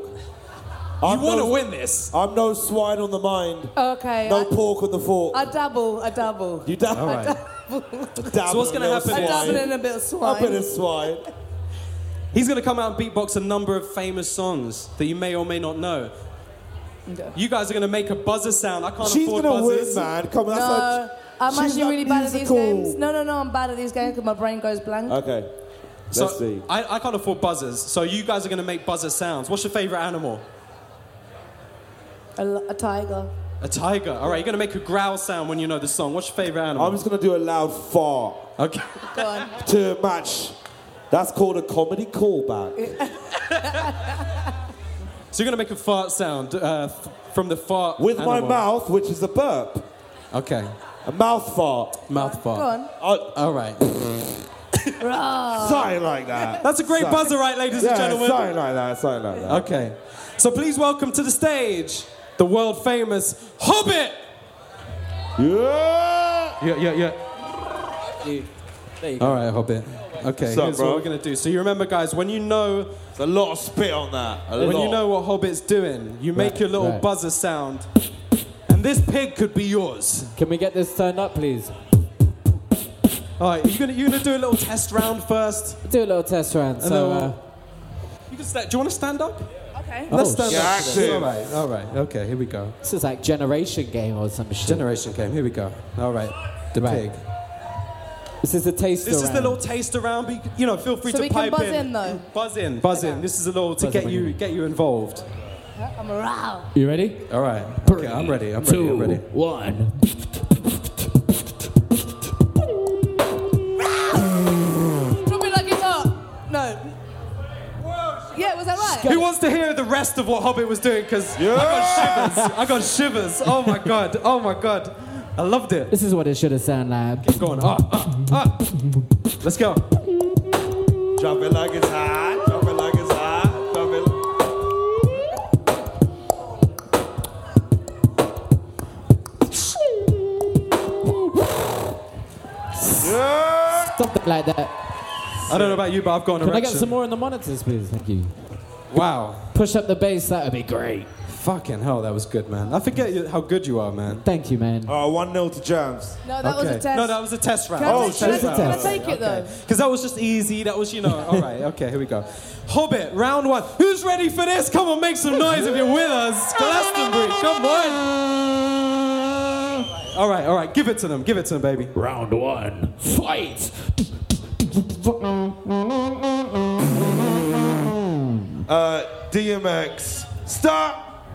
[SPEAKER 3] I'm
[SPEAKER 2] you want to
[SPEAKER 3] no-
[SPEAKER 2] win this.
[SPEAKER 3] I'm no swine on the mind.
[SPEAKER 4] Okay.
[SPEAKER 3] No
[SPEAKER 4] I-
[SPEAKER 3] pork on the fork.
[SPEAKER 4] I dabble, I dabble.
[SPEAKER 3] you dab-
[SPEAKER 2] All right.
[SPEAKER 3] dab
[SPEAKER 2] So what's
[SPEAKER 3] in
[SPEAKER 2] gonna
[SPEAKER 3] a little
[SPEAKER 2] happen
[SPEAKER 4] I
[SPEAKER 2] is-
[SPEAKER 4] dabble
[SPEAKER 3] swine.
[SPEAKER 4] in a bit of
[SPEAKER 3] Up in a
[SPEAKER 4] swine.
[SPEAKER 3] swine.
[SPEAKER 2] He's going to come out and beatbox a number of famous songs that you may or may not know. You guys are going to make a buzzer sound. I can't
[SPEAKER 3] She's
[SPEAKER 2] afford
[SPEAKER 3] gonna win,
[SPEAKER 2] buzzers.
[SPEAKER 3] man. Come on,
[SPEAKER 4] No,
[SPEAKER 3] that's a,
[SPEAKER 4] I'm
[SPEAKER 3] she's
[SPEAKER 4] actually
[SPEAKER 3] like
[SPEAKER 4] really bad at these
[SPEAKER 3] musical.
[SPEAKER 4] games. No, no, no, I'm bad at these games because my brain goes blank.
[SPEAKER 2] Uh,
[SPEAKER 3] Okay, let's
[SPEAKER 2] So
[SPEAKER 3] see.
[SPEAKER 2] I, I can't afford buzzers. So you guys are going to make buzzer sounds. What's your favorite animal?
[SPEAKER 4] A, l- a tiger.
[SPEAKER 2] A tiger. All right, you're going to make a growl sound when you know the song. What's your favorite animal?
[SPEAKER 3] I'm just gonna do a loud fart
[SPEAKER 2] Okay.
[SPEAKER 4] Go on.
[SPEAKER 3] to match. That's called a comedy callback.
[SPEAKER 2] So you're going to make a fart sound uh, f- from the fart
[SPEAKER 3] With my
[SPEAKER 2] animal.
[SPEAKER 3] mouth, which is a burp.
[SPEAKER 2] Okay.
[SPEAKER 3] A mouth fart.
[SPEAKER 2] Mouth
[SPEAKER 4] Go
[SPEAKER 2] fart. Oh,
[SPEAKER 4] on.
[SPEAKER 3] I'll
[SPEAKER 2] All right.
[SPEAKER 3] Something like that.
[SPEAKER 2] That's a great
[SPEAKER 3] Something-
[SPEAKER 2] buzzer, right, ladies
[SPEAKER 3] Yeah,
[SPEAKER 2] and gentlemen?
[SPEAKER 3] something like that, something like that.
[SPEAKER 2] Okay. So please welcome to the stage the world famous Hobbit.
[SPEAKER 3] Yeah!
[SPEAKER 2] Yeah, yeah, yeah. All right, Hobbit. Okay,
[SPEAKER 3] up,
[SPEAKER 2] here's
[SPEAKER 3] bro?
[SPEAKER 2] what we're gonna do. So you remember, guys, when you know
[SPEAKER 3] There's a lot of spit on that. A
[SPEAKER 2] when
[SPEAKER 3] lot.
[SPEAKER 2] you know what Hobbit's doing, you make
[SPEAKER 5] Right,
[SPEAKER 2] your little
[SPEAKER 5] right.
[SPEAKER 2] buzzer sound, and this pig could be yours.
[SPEAKER 5] Can we get this turned up, please?
[SPEAKER 2] All right, you gonna you gonna do a little test round first.
[SPEAKER 5] Do a little test round.
[SPEAKER 2] And
[SPEAKER 5] So,
[SPEAKER 2] then
[SPEAKER 5] uh,
[SPEAKER 2] You can sta Do you want to stand up?
[SPEAKER 4] Okay.
[SPEAKER 2] Let's stand
[SPEAKER 3] shit.
[SPEAKER 2] up.
[SPEAKER 3] Active.
[SPEAKER 2] All right, all right. Okay, here we go.
[SPEAKER 5] this is like Generation Game or some shit.
[SPEAKER 2] Generation game. Here we go. All right, the pig.
[SPEAKER 5] Right. this is the taste
[SPEAKER 2] This is
[SPEAKER 5] round.
[SPEAKER 2] the little taste around. But you, you know, feel free
[SPEAKER 4] So
[SPEAKER 2] to
[SPEAKER 4] we can
[SPEAKER 2] pipe
[SPEAKER 4] buzz in, though.
[SPEAKER 2] Buzz in, buzz in. This is a little to
[SPEAKER 5] Buzz
[SPEAKER 2] get
[SPEAKER 5] in.
[SPEAKER 2] you get you involved.
[SPEAKER 4] uh, I'm around.
[SPEAKER 5] You ready?
[SPEAKER 2] All right. Okay, I'm ready. I'm ready. I'm ready.
[SPEAKER 5] One.
[SPEAKER 4] Drop it like it's hot. No. Yeah, was that right?
[SPEAKER 2] Who wants to hear the rest of what Hobbit was doing? Because I got shivers. I got shivers. Oh my god. Oh my god. I loved it.
[SPEAKER 5] This is what it should have sounded like.
[SPEAKER 2] Go on. Up, up, up. Ah, Let's go.
[SPEAKER 3] Drop it like it's hot. Drop it like it's hot. Drop it. Yeah.
[SPEAKER 5] Something like that.
[SPEAKER 2] I don't know about you, but I've got an
[SPEAKER 5] Can I
[SPEAKER 2] erection.
[SPEAKER 5] get some more in the monitors, please? Thank you.
[SPEAKER 2] Wow.
[SPEAKER 5] Push up the bass. That would be great.
[SPEAKER 2] Fucking hell, that was good, man. I forget you- how good you are, man.
[SPEAKER 5] Thank you, man.
[SPEAKER 3] Uh, one 0 to Jams.
[SPEAKER 4] No, that was a test.
[SPEAKER 2] No, that was a test round.
[SPEAKER 4] Can I
[SPEAKER 3] Oh,
[SPEAKER 4] take-
[SPEAKER 3] shit.
[SPEAKER 4] can I-
[SPEAKER 5] It's a
[SPEAKER 4] Can I
[SPEAKER 5] test.
[SPEAKER 4] take it, though?
[SPEAKER 2] Because that was just easy. That was, you know. All right. Okay. Here we go. Hobbit, round one. Who's ready for this? Come on, make some noise if you're with us. Glastonbury, come on. All right. All right. Give it to them. Give it to them, baby.
[SPEAKER 5] Round one. Fight.
[SPEAKER 3] Uh, DMX. Stop.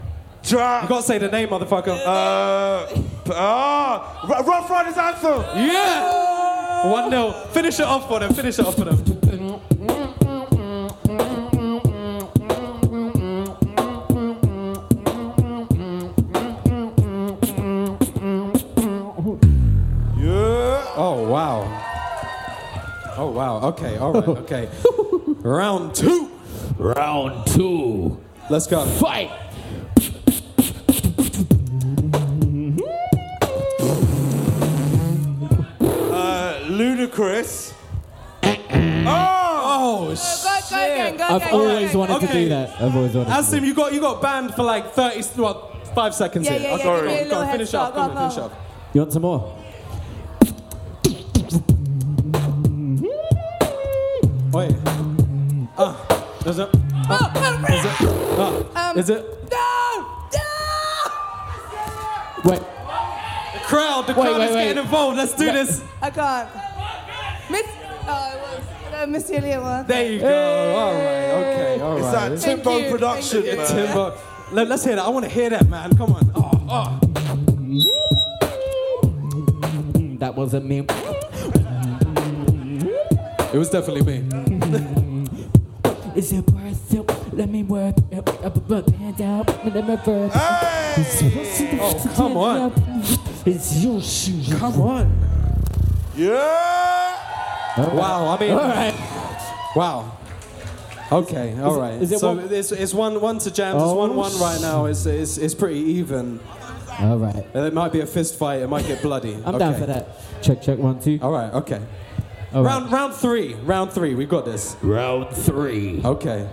[SPEAKER 3] Drop.
[SPEAKER 2] You gotta say the name, motherfucker.
[SPEAKER 3] uh, p- ah, R- Rough Riders anthem.
[SPEAKER 2] yeah. One 0 Finish it off for them. Finish it off for them.
[SPEAKER 3] Yeah.
[SPEAKER 2] Oh wow. Oh wow. Okay. All right. Okay. round two.
[SPEAKER 5] Round two.
[SPEAKER 2] Let's go.
[SPEAKER 5] Fight.
[SPEAKER 3] Uh, Ludacris.
[SPEAKER 2] Oh
[SPEAKER 4] Go, go,
[SPEAKER 2] shit.
[SPEAKER 4] again, go,
[SPEAKER 5] I've
[SPEAKER 4] again, go,
[SPEAKER 5] always
[SPEAKER 4] again.
[SPEAKER 5] wanted to
[SPEAKER 2] Okay.
[SPEAKER 5] do that. I've always wanted to do
[SPEAKER 2] Asim, you got you got banned for like thirty. What? Five seconds
[SPEAKER 4] Yeah,
[SPEAKER 2] in.
[SPEAKER 4] yeah, yeah,
[SPEAKER 2] Okay,
[SPEAKER 4] give me a
[SPEAKER 2] go,
[SPEAKER 4] little
[SPEAKER 2] on,
[SPEAKER 4] head
[SPEAKER 2] finish
[SPEAKER 4] start,
[SPEAKER 2] up. Come
[SPEAKER 4] go,
[SPEAKER 2] on, finish
[SPEAKER 4] go.
[SPEAKER 2] up.
[SPEAKER 5] that. You want some more?
[SPEAKER 2] Wait. Ah, there's a.
[SPEAKER 4] Oh, oh,
[SPEAKER 2] Ah,
[SPEAKER 4] Um,
[SPEAKER 2] is it?
[SPEAKER 4] No!
[SPEAKER 5] Wait.
[SPEAKER 2] The crowd, the
[SPEAKER 5] Wait,
[SPEAKER 2] crowd
[SPEAKER 5] wait,
[SPEAKER 2] is getting
[SPEAKER 5] wait.
[SPEAKER 2] involved. Let's do this.
[SPEAKER 4] No! I can't. Miss. Oh, it was. No, Miss Julia one.
[SPEAKER 2] There you go. All right. Okay. All
[SPEAKER 3] It's
[SPEAKER 2] right.
[SPEAKER 3] that
[SPEAKER 4] Thank you,
[SPEAKER 3] Timbo
[SPEAKER 4] thank
[SPEAKER 3] production,
[SPEAKER 4] you.
[SPEAKER 3] man.
[SPEAKER 2] Timber. Let, us hear that. I want to hear that, man. Come on. Oh, oh.
[SPEAKER 5] Mm, That wasn't me.
[SPEAKER 2] It was definitely me.
[SPEAKER 5] Is it worth it? Let me work. Hand out. Let me work.
[SPEAKER 3] Hey!
[SPEAKER 5] Oh,
[SPEAKER 2] come on.
[SPEAKER 5] It's your shoes.
[SPEAKER 2] Come on.
[SPEAKER 3] Yeah!
[SPEAKER 2] Wow, I mean,
[SPEAKER 5] All right.
[SPEAKER 2] wow. Okay, all right.
[SPEAKER 5] is it
[SPEAKER 2] so
[SPEAKER 5] one-
[SPEAKER 2] it's, it's one one to Jams. It's
[SPEAKER 5] Oh,
[SPEAKER 2] one one right now. It's, it's it's pretty even.
[SPEAKER 5] All right.
[SPEAKER 2] And It might be a fist fight. It might get bloody.
[SPEAKER 5] I'm down
[SPEAKER 2] Okay. Oh.
[SPEAKER 5] for that. Check, check, one, two.
[SPEAKER 2] All right. Okay.
[SPEAKER 5] All right.
[SPEAKER 2] Round round three. Round three. We've got this.
[SPEAKER 5] Round three.
[SPEAKER 2] Okay.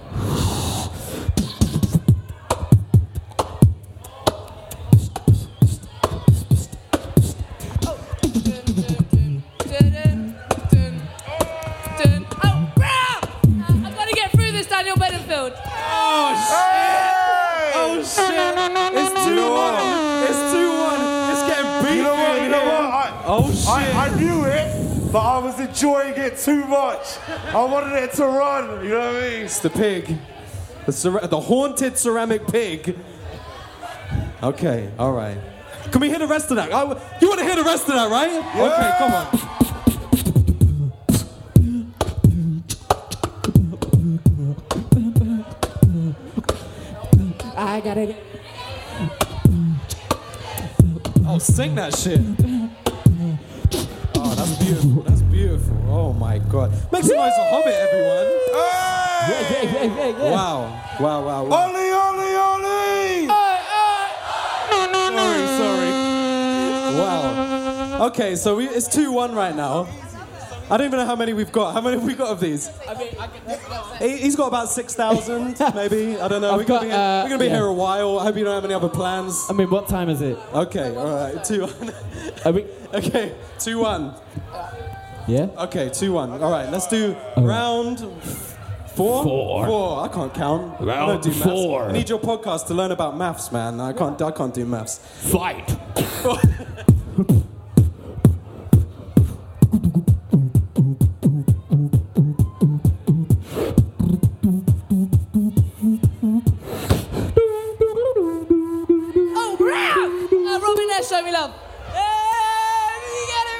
[SPEAKER 6] Oh, bruh! I've got to get through this, Daniel Bedingfield.
[SPEAKER 3] Hey!
[SPEAKER 2] Oh shit! It's two
[SPEAKER 3] You know
[SPEAKER 2] one.
[SPEAKER 3] what?
[SPEAKER 2] It's two one. It's getting beat.
[SPEAKER 3] You know what? You know
[SPEAKER 2] here.
[SPEAKER 3] what? I,
[SPEAKER 2] oh shit!
[SPEAKER 3] I, I knew it, but I was enjoying it too much. I wanted it to run. You know what I mean?
[SPEAKER 2] It's the pig. The, cera- the haunted ceramic pig. Okay, all right. Can we hear the rest of that? I w- you want to hear the rest of that, right? Okay, come on.
[SPEAKER 5] I gotta get.
[SPEAKER 2] Oh, sing that shit. Oh, that's beautiful. That's beautiful. Oh my god. Make some noise for Hobbit, everyone.
[SPEAKER 3] Hey!
[SPEAKER 5] Yeah, yeah, yeah, yeah.
[SPEAKER 2] Wow. Wow, wow, wow.
[SPEAKER 3] Ollie, Ollie, Ollie!
[SPEAKER 2] Sorry, sorry. Wow. Okay, so we, it's 2 1 right now. I don't even know how many we've got. How many have we got of these? He- He's got about 6,000, maybe. I don't know.
[SPEAKER 5] I've
[SPEAKER 2] We're going to be,
[SPEAKER 5] got, uh,
[SPEAKER 2] we're gonna be
[SPEAKER 5] yeah.
[SPEAKER 2] here a while. I hope you don't have any other plans.
[SPEAKER 5] I mean, what time is it?
[SPEAKER 2] Okay, all right. 2 1.
[SPEAKER 5] Are we?
[SPEAKER 2] okay, 2 1.
[SPEAKER 5] Yeah.
[SPEAKER 2] Okay, 2 1. All right, let's do
[SPEAKER 5] Oh.
[SPEAKER 2] round. Four?
[SPEAKER 7] Four.
[SPEAKER 2] Four. I can't count. I
[SPEAKER 7] Round
[SPEAKER 2] don't do maths.
[SPEAKER 7] four.
[SPEAKER 2] I need your podcast to learn about maths, man. I can't. I can't do maths.
[SPEAKER 7] Fight.
[SPEAKER 6] Oh, bruh! Uh, Robin Nash, show me love.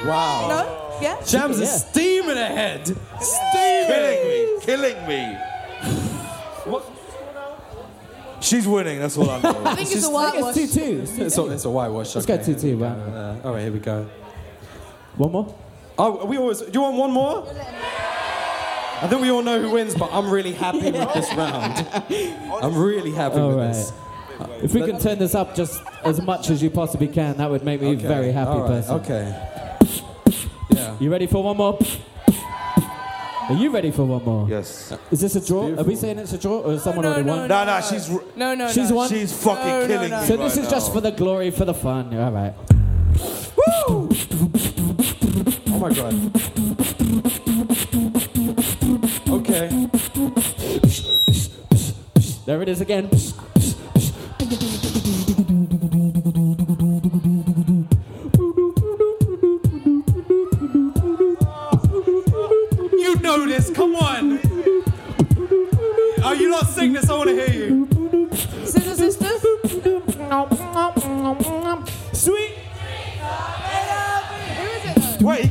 [SPEAKER 6] Yeah, you get it.
[SPEAKER 2] Wow.
[SPEAKER 6] No? Yeah?
[SPEAKER 2] Jams is
[SPEAKER 5] Yeah.
[SPEAKER 2] steaming ahead.
[SPEAKER 3] Killing
[SPEAKER 2] Steaming.
[SPEAKER 3] me, killing me. She's winning, that's all I
[SPEAKER 6] I
[SPEAKER 3] know.
[SPEAKER 6] think it's a white
[SPEAKER 5] It's two, two. It's two,
[SPEAKER 2] It's a, it's a whitewash.
[SPEAKER 5] Let's
[SPEAKER 2] okay.
[SPEAKER 5] go two, two. Wow.
[SPEAKER 2] Uh, all right, here we go.
[SPEAKER 5] One more.
[SPEAKER 2] Oh, we always. Do you want one more? I think we all know who wins, but I'm really happy with this round. I'm really happy
[SPEAKER 5] All
[SPEAKER 2] with
[SPEAKER 5] right.
[SPEAKER 2] this.
[SPEAKER 5] If we can turn this up just as much as you possibly can, that would make me a
[SPEAKER 2] Okay,
[SPEAKER 5] very happy
[SPEAKER 2] all right,
[SPEAKER 5] person.
[SPEAKER 2] Okay.
[SPEAKER 5] You ready for one more? Are you ready for one more?
[SPEAKER 3] yes.
[SPEAKER 5] Is this a draw? Are we saying it's a draw or is someone
[SPEAKER 6] no,
[SPEAKER 5] already
[SPEAKER 6] no,
[SPEAKER 5] won?
[SPEAKER 3] No, no, she's r-
[SPEAKER 6] No, no,
[SPEAKER 5] She's
[SPEAKER 6] no.
[SPEAKER 5] won.
[SPEAKER 3] she's fucking
[SPEAKER 6] No, no,
[SPEAKER 3] killing
[SPEAKER 6] no.
[SPEAKER 3] me.
[SPEAKER 5] so this
[SPEAKER 3] right
[SPEAKER 5] is just
[SPEAKER 3] now.
[SPEAKER 5] for the glory, for the fun. All right.
[SPEAKER 2] Oh my god. Okay.
[SPEAKER 5] There it is again.
[SPEAKER 2] You know this. Come on. Are you not singing this? I want to hear you.
[SPEAKER 6] Scissor Sisters?
[SPEAKER 2] Sweet.
[SPEAKER 6] Who is it? though?
[SPEAKER 3] Wait!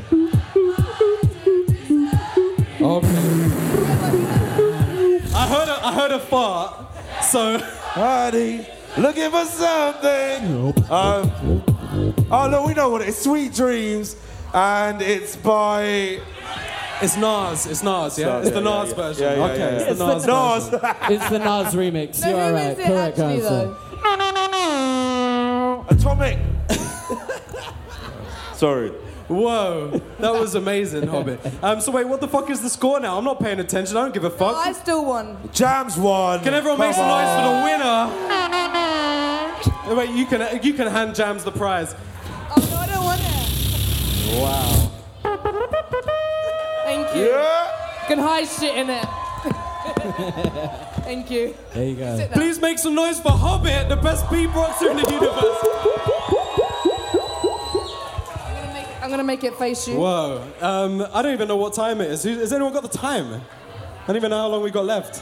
[SPEAKER 2] Okay. I heard a, I heard a fart. So.
[SPEAKER 3] Honey, looking for something. Um, oh no, we know what it is. Sweet Dreams, and it's by
[SPEAKER 2] It's Nas. It's Nas. Yeah.
[SPEAKER 3] Nas,
[SPEAKER 2] It's the
[SPEAKER 3] yeah, yeah,
[SPEAKER 2] Nas
[SPEAKER 3] yeah.
[SPEAKER 2] version.
[SPEAKER 3] Yeah, yeah,
[SPEAKER 2] okay.
[SPEAKER 3] yeah, yeah.
[SPEAKER 2] It's the Nas. version.
[SPEAKER 3] Nas.
[SPEAKER 5] It's the Nas remix.
[SPEAKER 6] No,
[SPEAKER 5] You're all
[SPEAKER 6] who
[SPEAKER 5] right.
[SPEAKER 6] is it
[SPEAKER 5] Correct
[SPEAKER 6] actually,
[SPEAKER 5] answer.
[SPEAKER 6] though?
[SPEAKER 3] Atomic. Sorry.
[SPEAKER 2] Whoa, that was amazing, Hobbit. Um, so wait, what the fuck is the score now? I'm not paying attention. I don't give a fuck.
[SPEAKER 6] I still won.
[SPEAKER 3] Jams one.
[SPEAKER 2] Can everyone make some
[SPEAKER 3] Come
[SPEAKER 2] noise for
[SPEAKER 3] on.
[SPEAKER 2] the winner? Oh, Wait, you can you can hand Jams the prize.
[SPEAKER 6] Oh, no, I don't want it.
[SPEAKER 2] Wow.
[SPEAKER 6] Thank you.
[SPEAKER 3] Yeah.
[SPEAKER 6] You can hide shit in it. Thank you.
[SPEAKER 5] There you go.
[SPEAKER 2] Please make some noise for Hobbit, the best beatboxer in the universe.
[SPEAKER 6] I'm gonna make- I'm gonna make it face you.
[SPEAKER 2] Whoa. Um, I don't even know what time it is. Who- Has anyone got the time? I don't even know how long we got left.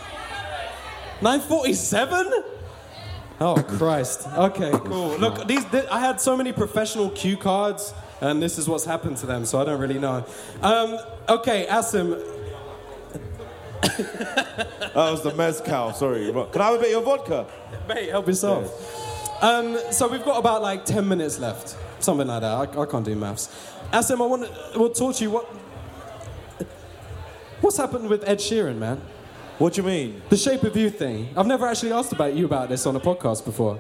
[SPEAKER 2] 9:47. Oh Christ. Okay, cool. Look, these th- I had so many professional cue cards, and this is what's happened to them, so I don't really know. Um, okay, Asim.
[SPEAKER 3] that was the mezcal. Sorry. Can I have a bit of your vodka?
[SPEAKER 2] Mate, help yourself. Um, so we've got about like 10 minutes left, something like that. I, I can't do maths. Asim, I want to well, talk to you. What, what's happened with Ed Sheeran, man?
[SPEAKER 3] What do you mean?
[SPEAKER 2] The shape of you thing. I've never actually asked about you about this on a podcast before.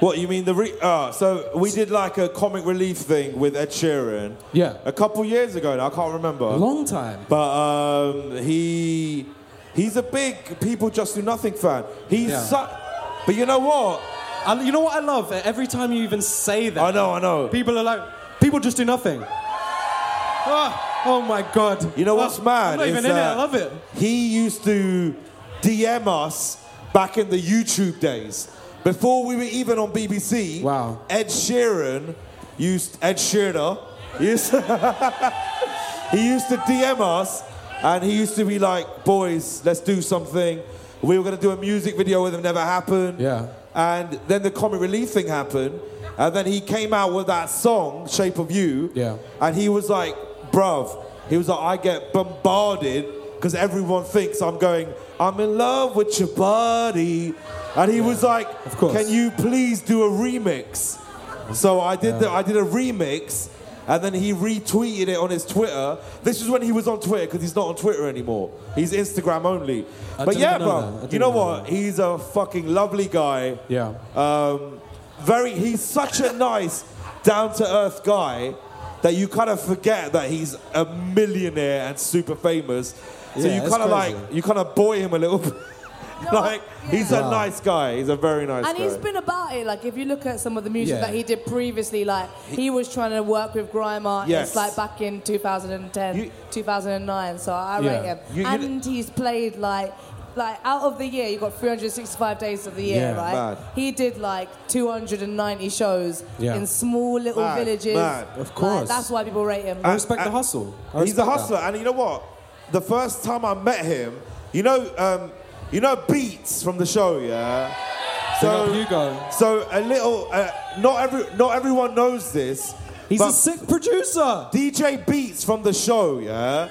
[SPEAKER 3] What you mean the re- uh, so we did like a comic relief thing with Ed Sheeran.
[SPEAKER 2] Yeah.
[SPEAKER 3] A couple years ago now, I can't remember.
[SPEAKER 2] A long time.
[SPEAKER 3] But um, he he's a big people just do nothing fan. He's
[SPEAKER 2] Yeah.
[SPEAKER 3] su- but you know what?
[SPEAKER 2] And you know what I love? Every time you even say that,
[SPEAKER 3] I know, I know.
[SPEAKER 2] people are like, people just do nothing. Ah, oh my God.
[SPEAKER 3] You know what's
[SPEAKER 2] Ah,
[SPEAKER 3] mad?
[SPEAKER 2] I'm not even
[SPEAKER 3] is
[SPEAKER 2] in it. I
[SPEAKER 3] that
[SPEAKER 2] love it.
[SPEAKER 3] He used to DM us back in the YouTube days. Before we were even on BBC,
[SPEAKER 2] Wow.
[SPEAKER 3] Ed Sheeran used Ed Sheeran used he used to DM us and he used to be like, boys, let's do something. We were gonna do a music video with him, never happened.
[SPEAKER 2] Yeah.
[SPEAKER 3] And then the comic relief thing happened, and then he came out with that song, Shape of You.
[SPEAKER 2] Yeah.
[SPEAKER 3] And he was like, bruv, he was like, I get bombarded because everyone thinks I'm going, I'm in love with your body. And he was like,
[SPEAKER 2] Of course.
[SPEAKER 3] Can you please do a remix? So I did the, I did a remix and then he retweeted it on his Twitter. This is when he was on Twitter because he's not on Twitter anymore. He's Instagram only.
[SPEAKER 2] I
[SPEAKER 3] but
[SPEAKER 2] didn't
[SPEAKER 3] yeah,
[SPEAKER 2] know that. I
[SPEAKER 3] bro, you
[SPEAKER 2] didn't
[SPEAKER 3] know
[SPEAKER 2] know
[SPEAKER 3] what?
[SPEAKER 2] that.
[SPEAKER 3] He's a fucking lovely guy.
[SPEAKER 2] Yeah.
[SPEAKER 3] Um, very, he's such a nice, down to earth guy that you kind of forget that he's a millionaire and super famous. So
[SPEAKER 2] Yeah,
[SPEAKER 3] you
[SPEAKER 2] that's
[SPEAKER 3] kind of
[SPEAKER 2] crazy.
[SPEAKER 3] like, you kind of boy him a little bit. like, he's a nice guy. He's a very nice
[SPEAKER 4] And
[SPEAKER 3] guy.
[SPEAKER 4] he's been about it. Like, if you look at some of the music
[SPEAKER 2] Yeah.
[SPEAKER 4] that he did previously, like, he was trying to work with grime artists,
[SPEAKER 3] Yes.
[SPEAKER 4] like, back in 2010,
[SPEAKER 3] You-
[SPEAKER 4] 2009. So I
[SPEAKER 2] Yeah.
[SPEAKER 4] rate him.
[SPEAKER 3] You- you-
[SPEAKER 4] and he's played, like, like out of the year, you got 365 days of the year,
[SPEAKER 2] Yeah.
[SPEAKER 4] right?
[SPEAKER 3] Mad.
[SPEAKER 4] He did like 290 shows
[SPEAKER 2] Yeah.
[SPEAKER 4] in small little
[SPEAKER 3] Mad,
[SPEAKER 4] villages.
[SPEAKER 3] mad.
[SPEAKER 2] Of
[SPEAKER 4] Like,
[SPEAKER 2] course.
[SPEAKER 4] that's why people rate him.
[SPEAKER 2] I respect the hustle. I
[SPEAKER 3] He's
[SPEAKER 2] respect
[SPEAKER 3] a
[SPEAKER 2] that.
[SPEAKER 3] hustler, and you know what? The first time I met him, you know, um, you know Beats from the show, yeah.
[SPEAKER 2] Big up Hugo.
[SPEAKER 3] so a little, uh, not every, not everyone knows this.
[SPEAKER 2] He's
[SPEAKER 3] but
[SPEAKER 2] a sick producer.
[SPEAKER 3] DJ Beats from the show, yeah.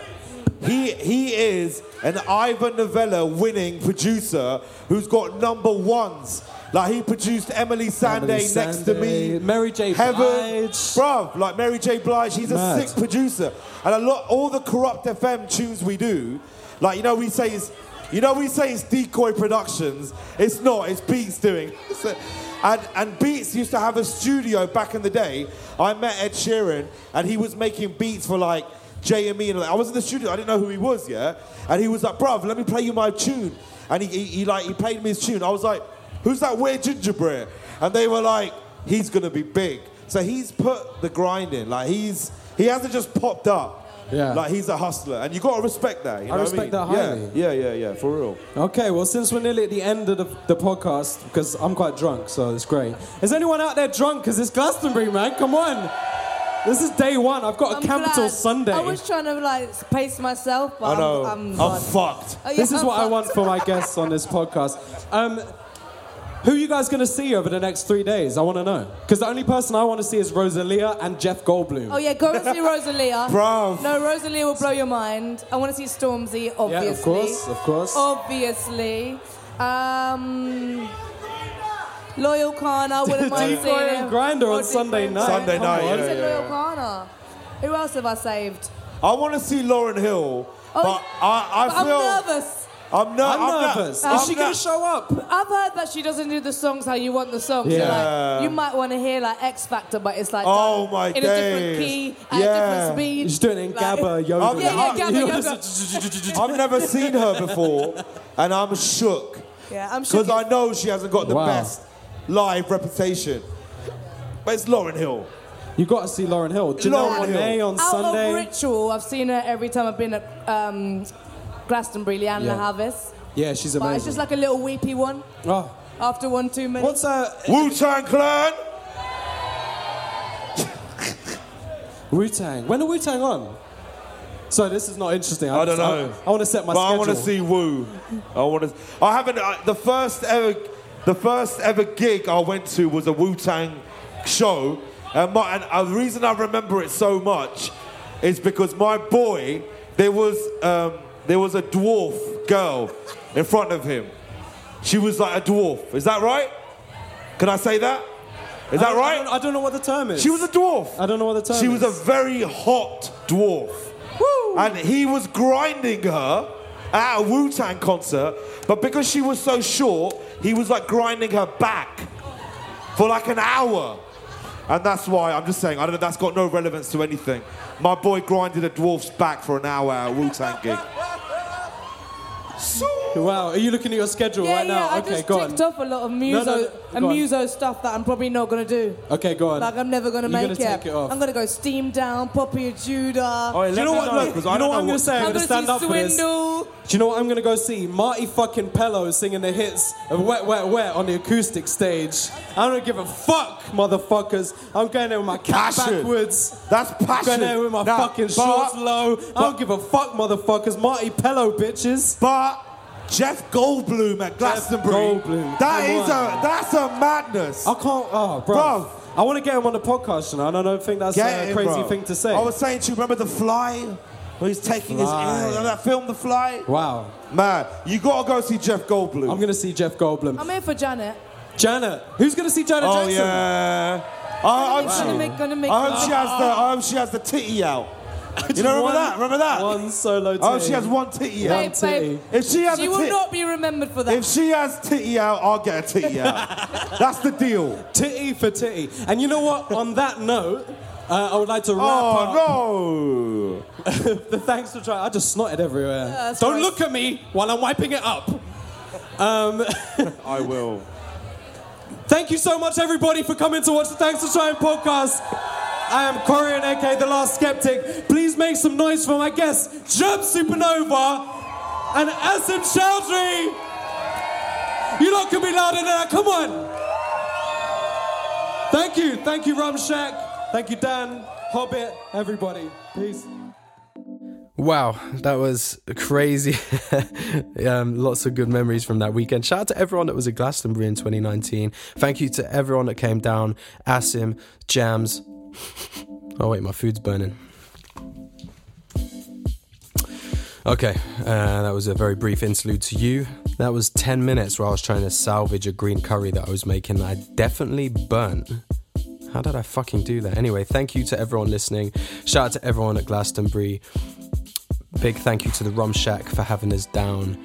[SPEAKER 3] He he is an Ivan Novella winning producer who's got number ones. Like he produced Emily Sandé
[SPEAKER 2] Emily
[SPEAKER 3] next to me,
[SPEAKER 2] Sandé, Mary J.
[SPEAKER 3] Heaven,
[SPEAKER 2] Blige.
[SPEAKER 3] bruv, like Mary J. Blige. He's a
[SPEAKER 2] Mad.
[SPEAKER 3] sick producer, and a lot all the corrupt FM tunes we do, like you know we say it's, you know we say it's Decoy Productions. It's not. It's Beats doing. So- and, and Beats used to have a studio back in the day. I met Ed Sheeran, and he was making beats for like JME. And like, I was in the studio. I didn't know who he was, yeah. And he was like, "Bruv, let me play you my tune." And he, he, he like he played me his tune. I was like, "Who's that weird gingerbread?" And they were like, "He's gonna be big." So he's put the grind in. Like he's he hasn't just popped up.
[SPEAKER 2] Yeah.
[SPEAKER 3] Like he's a hustler, and you gotta respect that. You know
[SPEAKER 2] I
[SPEAKER 3] what
[SPEAKER 2] respect
[SPEAKER 3] I mean?
[SPEAKER 2] that highly.
[SPEAKER 3] Yeah, yeah, yeah, yeah, for real.
[SPEAKER 2] Okay, well, since we're nearly at the end of the, the podcast, because I'm quite drunk, so it's great. Is anyone out there drunk? Because it's Glastonbury, man. Come on. This is day one. I've got a
[SPEAKER 4] I'm
[SPEAKER 2] capital
[SPEAKER 4] glad.
[SPEAKER 2] Sunday.
[SPEAKER 4] I was trying to, like, pace myself, but
[SPEAKER 3] I know.
[SPEAKER 4] I'm, I'm,
[SPEAKER 3] I'm
[SPEAKER 4] gone.
[SPEAKER 3] fucked.
[SPEAKER 4] Oh, yeah,
[SPEAKER 2] This is
[SPEAKER 4] I'm
[SPEAKER 2] what I
[SPEAKER 4] fucked.
[SPEAKER 2] want for my guests on this podcast. Um, who are you guys going to see over the next three days? I want to know. Because the only person I want to see is Rosalia and Jeff Goldblum.
[SPEAKER 4] Oh yeah, go and see Rosalia.
[SPEAKER 3] Bruv.
[SPEAKER 4] No, Rosalia will blow your mind. I want to see Stormzy,
[SPEAKER 2] Yeah,
[SPEAKER 4] obviously.
[SPEAKER 2] of course, of course.
[SPEAKER 4] Obviously. Um, Loyal Kana, wouldn't mind
[SPEAKER 2] Decoy
[SPEAKER 4] seeing
[SPEAKER 2] and
[SPEAKER 4] him.
[SPEAKER 2] Grinder on
[SPEAKER 4] Decoy
[SPEAKER 2] Sunday
[SPEAKER 4] and
[SPEAKER 2] night.
[SPEAKER 4] Grinder.
[SPEAKER 3] Sunday night,
[SPEAKER 4] I wanna
[SPEAKER 3] yeah,
[SPEAKER 4] see
[SPEAKER 3] yeah,
[SPEAKER 4] Loyal Kana. Who else have I saved?
[SPEAKER 3] I want to see Lauren Hill,
[SPEAKER 4] Oh,
[SPEAKER 3] but I, I
[SPEAKER 4] But I'm
[SPEAKER 3] feel
[SPEAKER 4] nervous.
[SPEAKER 3] I'm, ner-
[SPEAKER 2] I'm,
[SPEAKER 3] ner-
[SPEAKER 2] nervous.
[SPEAKER 3] I'm
[SPEAKER 2] is she going
[SPEAKER 3] ner-
[SPEAKER 2] to show up?
[SPEAKER 4] I've heard that she doesn't do the songs how you want the songs. So,
[SPEAKER 3] Yeah.
[SPEAKER 4] Like, you might want to hear like X Factor, but it's like
[SPEAKER 3] Oh,
[SPEAKER 4] done
[SPEAKER 3] my
[SPEAKER 4] in a different
[SPEAKER 3] days.
[SPEAKER 4] key, at a
[SPEAKER 3] Yeah.
[SPEAKER 4] different speed.
[SPEAKER 2] She's doing it in
[SPEAKER 4] Like-
[SPEAKER 2] Gabba yoga.
[SPEAKER 3] I'm-
[SPEAKER 4] Yeah, yeah,
[SPEAKER 3] I'm-
[SPEAKER 4] Gabba yoga.
[SPEAKER 3] I've never seen her before, and I'm shook
[SPEAKER 4] Yeah, I'm sure.
[SPEAKER 3] because I know she hasn't got the
[SPEAKER 2] Wow.
[SPEAKER 3] best live reputation. But it's Lauren Hill.
[SPEAKER 2] you got to see Lauren Hill. Janelle
[SPEAKER 3] Lauren Hill.
[SPEAKER 2] Monae on
[SPEAKER 4] out
[SPEAKER 2] Sunday.
[SPEAKER 4] of ritual, I've seen her every time I've been at um, Glastonbury, Leanne
[SPEAKER 2] Yeah.
[SPEAKER 4] La Havis.
[SPEAKER 2] yeah, she's
[SPEAKER 4] But
[SPEAKER 2] amazing.
[SPEAKER 4] it's just like a little weepy one
[SPEAKER 2] Oh.
[SPEAKER 4] after one too many.
[SPEAKER 2] What's uh,
[SPEAKER 3] Wu Tang Clan.
[SPEAKER 2] Wu Tang? When are Wu Tang on? So this is not interesting.
[SPEAKER 3] I don't
[SPEAKER 2] just-
[SPEAKER 3] know.
[SPEAKER 2] I, want to set my
[SPEAKER 3] but
[SPEAKER 2] schedule.
[SPEAKER 3] I want to see Wu. I want to. I haven't. I, the first ever, the first ever gig I went to was a Wu Tang show, and, my, and uh, the reason I remember it so much is because my boy, there was um, there was a dwarf girl in front of him. She was like a dwarf. Is that right? Can I say that? Is that
[SPEAKER 2] I
[SPEAKER 3] right?
[SPEAKER 2] don't, I don't know what the term is.
[SPEAKER 3] She was a dwarf.
[SPEAKER 2] I don't know what the term
[SPEAKER 3] She was a
[SPEAKER 2] is.
[SPEAKER 3] very hot dwarf. And he was grinding her at a Wu Tang concert, but because she was so short, he was like grinding her back for like an hour. And that's why I'm just saying, I don't know, that's got no relevance to anything. My boy grinded a dwarf's back for an hour at a Wu Tang gig.
[SPEAKER 2] Wow, are you looking at your schedule
[SPEAKER 4] Yeah,
[SPEAKER 2] right now?
[SPEAKER 4] yeah, I
[SPEAKER 2] okay,
[SPEAKER 4] just
[SPEAKER 2] go
[SPEAKER 4] ticked
[SPEAKER 2] on.
[SPEAKER 4] off a lot of
[SPEAKER 2] no,
[SPEAKER 4] muso,
[SPEAKER 2] no,
[SPEAKER 4] and
[SPEAKER 2] go on.
[SPEAKER 4] muso stuff that I'm probably not gonna do.
[SPEAKER 2] Okay, go on.
[SPEAKER 4] Like I'm never gonna
[SPEAKER 2] You're
[SPEAKER 4] make
[SPEAKER 2] gonna
[SPEAKER 4] it.
[SPEAKER 2] take it off.
[SPEAKER 4] I'm gonna go steam down, Poppy and Judah.
[SPEAKER 2] Do you know what?
[SPEAKER 3] know,
[SPEAKER 2] no,
[SPEAKER 3] 'cause
[SPEAKER 2] you
[SPEAKER 3] I
[SPEAKER 2] know
[SPEAKER 3] don't
[SPEAKER 2] what
[SPEAKER 3] know
[SPEAKER 2] I'm gonna
[SPEAKER 3] what-
[SPEAKER 2] say. I'm
[SPEAKER 6] I'm gonna
[SPEAKER 2] gonna stand
[SPEAKER 6] see
[SPEAKER 2] up for this. Do
[SPEAKER 6] Swindle.
[SPEAKER 2] you know what I'm gonna go see? Marty fucking Pello singing the hits of Wet Wet Wet on the acoustic stage. I don't give a fuck, motherfuckers. I'm going there with my cap
[SPEAKER 3] Passion.
[SPEAKER 2] backwards.
[SPEAKER 3] That's passion.
[SPEAKER 2] Going there with my
[SPEAKER 3] Now,
[SPEAKER 2] fucking
[SPEAKER 3] but-
[SPEAKER 2] shorts low. I
[SPEAKER 3] but-
[SPEAKER 2] don't give a fuck, motherfuckers. Marty Pello, bitches.
[SPEAKER 3] But Jeff Goldblum at Glastonbury.
[SPEAKER 2] Goldblum.
[SPEAKER 3] That
[SPEAKER 2] Come
[SPEAKER 3] is
[SPEAKER 2] on.
[SPEAKER 3] a that's a madness.
[SPEAKER 2] I can't. Oh, bro.
[SPEAKER 3] Bruv.
[SPEAKER 2] I want to get him on the podcast, you know, and I don't think that's
[SPEAKER 3] Get
[SPEAKER 2] a
[SPEAKER 3] it,
[SPEAKER 2] crazy
[SPEAKER 3] bro.
[SPEAKER 2] thing to say.
[SPEAKER 3] I was saying to you, remember the fly? Where he's taking
[SPEAKER 2] Fly.
[SPEAKER 3] his ear. Remember that film, The Fly?
[SPEAKER 2] wow.
[SPEAKER 3] Man, you gotta go see Jeff Goldblum.
[SPEAKER 2] I'm going to see Jeff Goldblum.
[SPEAKER 4] I'm here for Janet.
[SPEAKER 2] Janet. Who's going to see Janet
[SPEAKER 3] oh
[SPEAKER 2] Jackson?
[SPEAKER 3] yeah. I, hope
[SPEAKER 4] Gonna
[SPEAKER 3] she-
[SPEAKER 4] make- gonna make-
[SPEAKER 3] I hope she has the. I hope she has the titty out. You know, remember
[SPEAKER 2] One-
[SPEAKER 3] that? Remember that?
[SPEAKER 2] One solo
[SPEAKER 3] I hope she
[SPEAKER 2] titty.
[SPEAKER 3] has one titty
[SPEAKER 4] Babe,
[SPEAKER 3] out.
[SPEAKER 4] babe,
[SPEAKER 3] If she has
[SPEAKER 4] she
[SPEAKER 3] a
[SPEAKER 4] will
[SPEAKER 3] tit-
[SPEAKER 4] not be remembered for that.
[SPEAKER 3] if she has titty out, I'll get a titty out. That's the deal.
[SPEAKER 2] Titty for titty. And you know what? On that note, uh, I would like to wrap up.
[SPEAKER 3] Oh no!
[SPEAKER 2] the thanks for trying. I just snotted everywhere.
[SPEAKER 4] that's
[SPEAKER 2] Don't
[SPEAKER 4] gross.
[SPEAKER 2] look at me while I'm wiping it up.
[SPEAKER 3] I will.
[SPEAKER 2] Thank you so much, everybody, for coming to watch the Thanks for Trying podcast. I am Corian, aka The Last Skeptic. Please make some noise for my guests, Jump Supernova and Asim Chowdhury. You lot can be louder than that. Come on. Thank you. Thank you, Rumshack. Thank you, Dan, Hobbit, everybody. Peace.
[SPEAKER 1] Wow, that was crazy. um, lots of good memories from that weekend. Shout out to everyone that was at Glastonbury in 2019. Thank you to everyone that came down. Asim, Jams. Oh, wait, my food's burning. Okay, uh, that was a very brief interlude to you. That was 10 minutes where I was trying to salvage a green curry that I was making that I definitely burnt. How did I fucking do that? Anyway, thank you to everyone listening. Shout out to everyone at Glastonbury. Big thank you to the Rum Shack for having us down.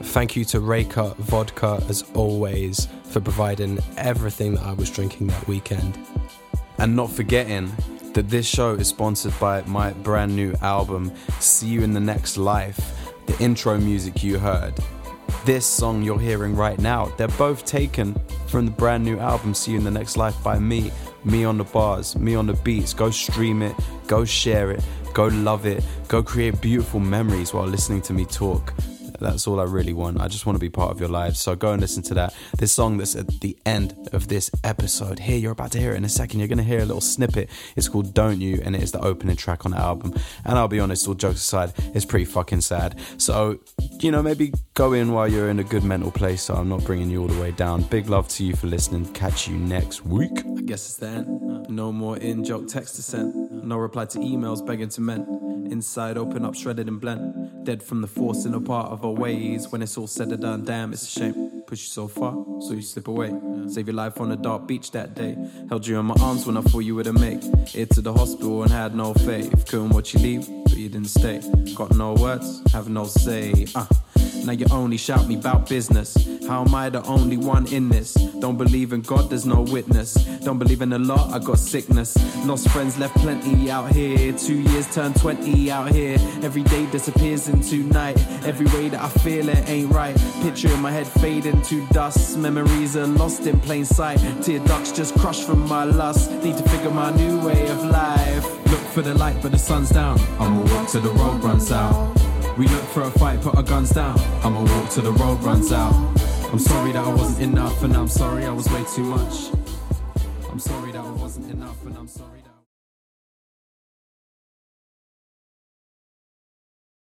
[SPEAKER 1] Thank you to Reka Vodka, as always, for providing everything that I was drinking that weekend. And not forgetting that this show is sponsored by my brand new album, See You in the Next Life, the intro music you heard. This song you're hearing right now, they're both taken from the brand new album, See You in the Next Life by me, me on the bars, me on the beats. Go stream it, go share it, go love it, go create beautiful memories while listening to me talk. That's all I really want. I just want to be part of your lives. So go and listen to that. This song that's at the end of this episode here, you're about to hear it in a second. You're going to hear a little snippet. It's called Don't You, and it is the opening track on the album. And I'll be honest, all jokes aside, it's pretty fucking sad. So, you know, maybe go in while you're in a good mental place so I'm not bringing you all the way down. Big love to you for listening. Catch you next week. I guess it's the end. No more in joke text to send. No reply to emails begging to mend. Inside open up, shredded and blent. Dead from the force and a part of our ways. When it's all said and done, damn, it's a shame. Push you so far, so you slip away. Save your life on a dark beach that day. Held you in my arms when I thought you were to make it to the hospital and had no faith. Couldn't watch you leave, but you didn't stay. Got no words, have no say. Uh. Now you only shout me about business. How am I the only one in this? Don't believe in God, there's no witness. Don't believe in the law, I got sickness. Lost friends, left plenty out here. Two years turned 20 out here. Every day disappears into night. Every way that I feel it ain't right. Picture in my head fading to dust. Memories are lost in plain sight. Tear ducts just crushed from my lust. Need to figure my new way of life. Look for the light, but the sun's down. I'ma walk till the road runs out. We look for a fight, put our guns down. I'ma walk till the road runs out. I'm sorry that I wasn't enough, and I'm sorry I was way too much. I'm sorry that I wasn't enough, and I'm sorry that.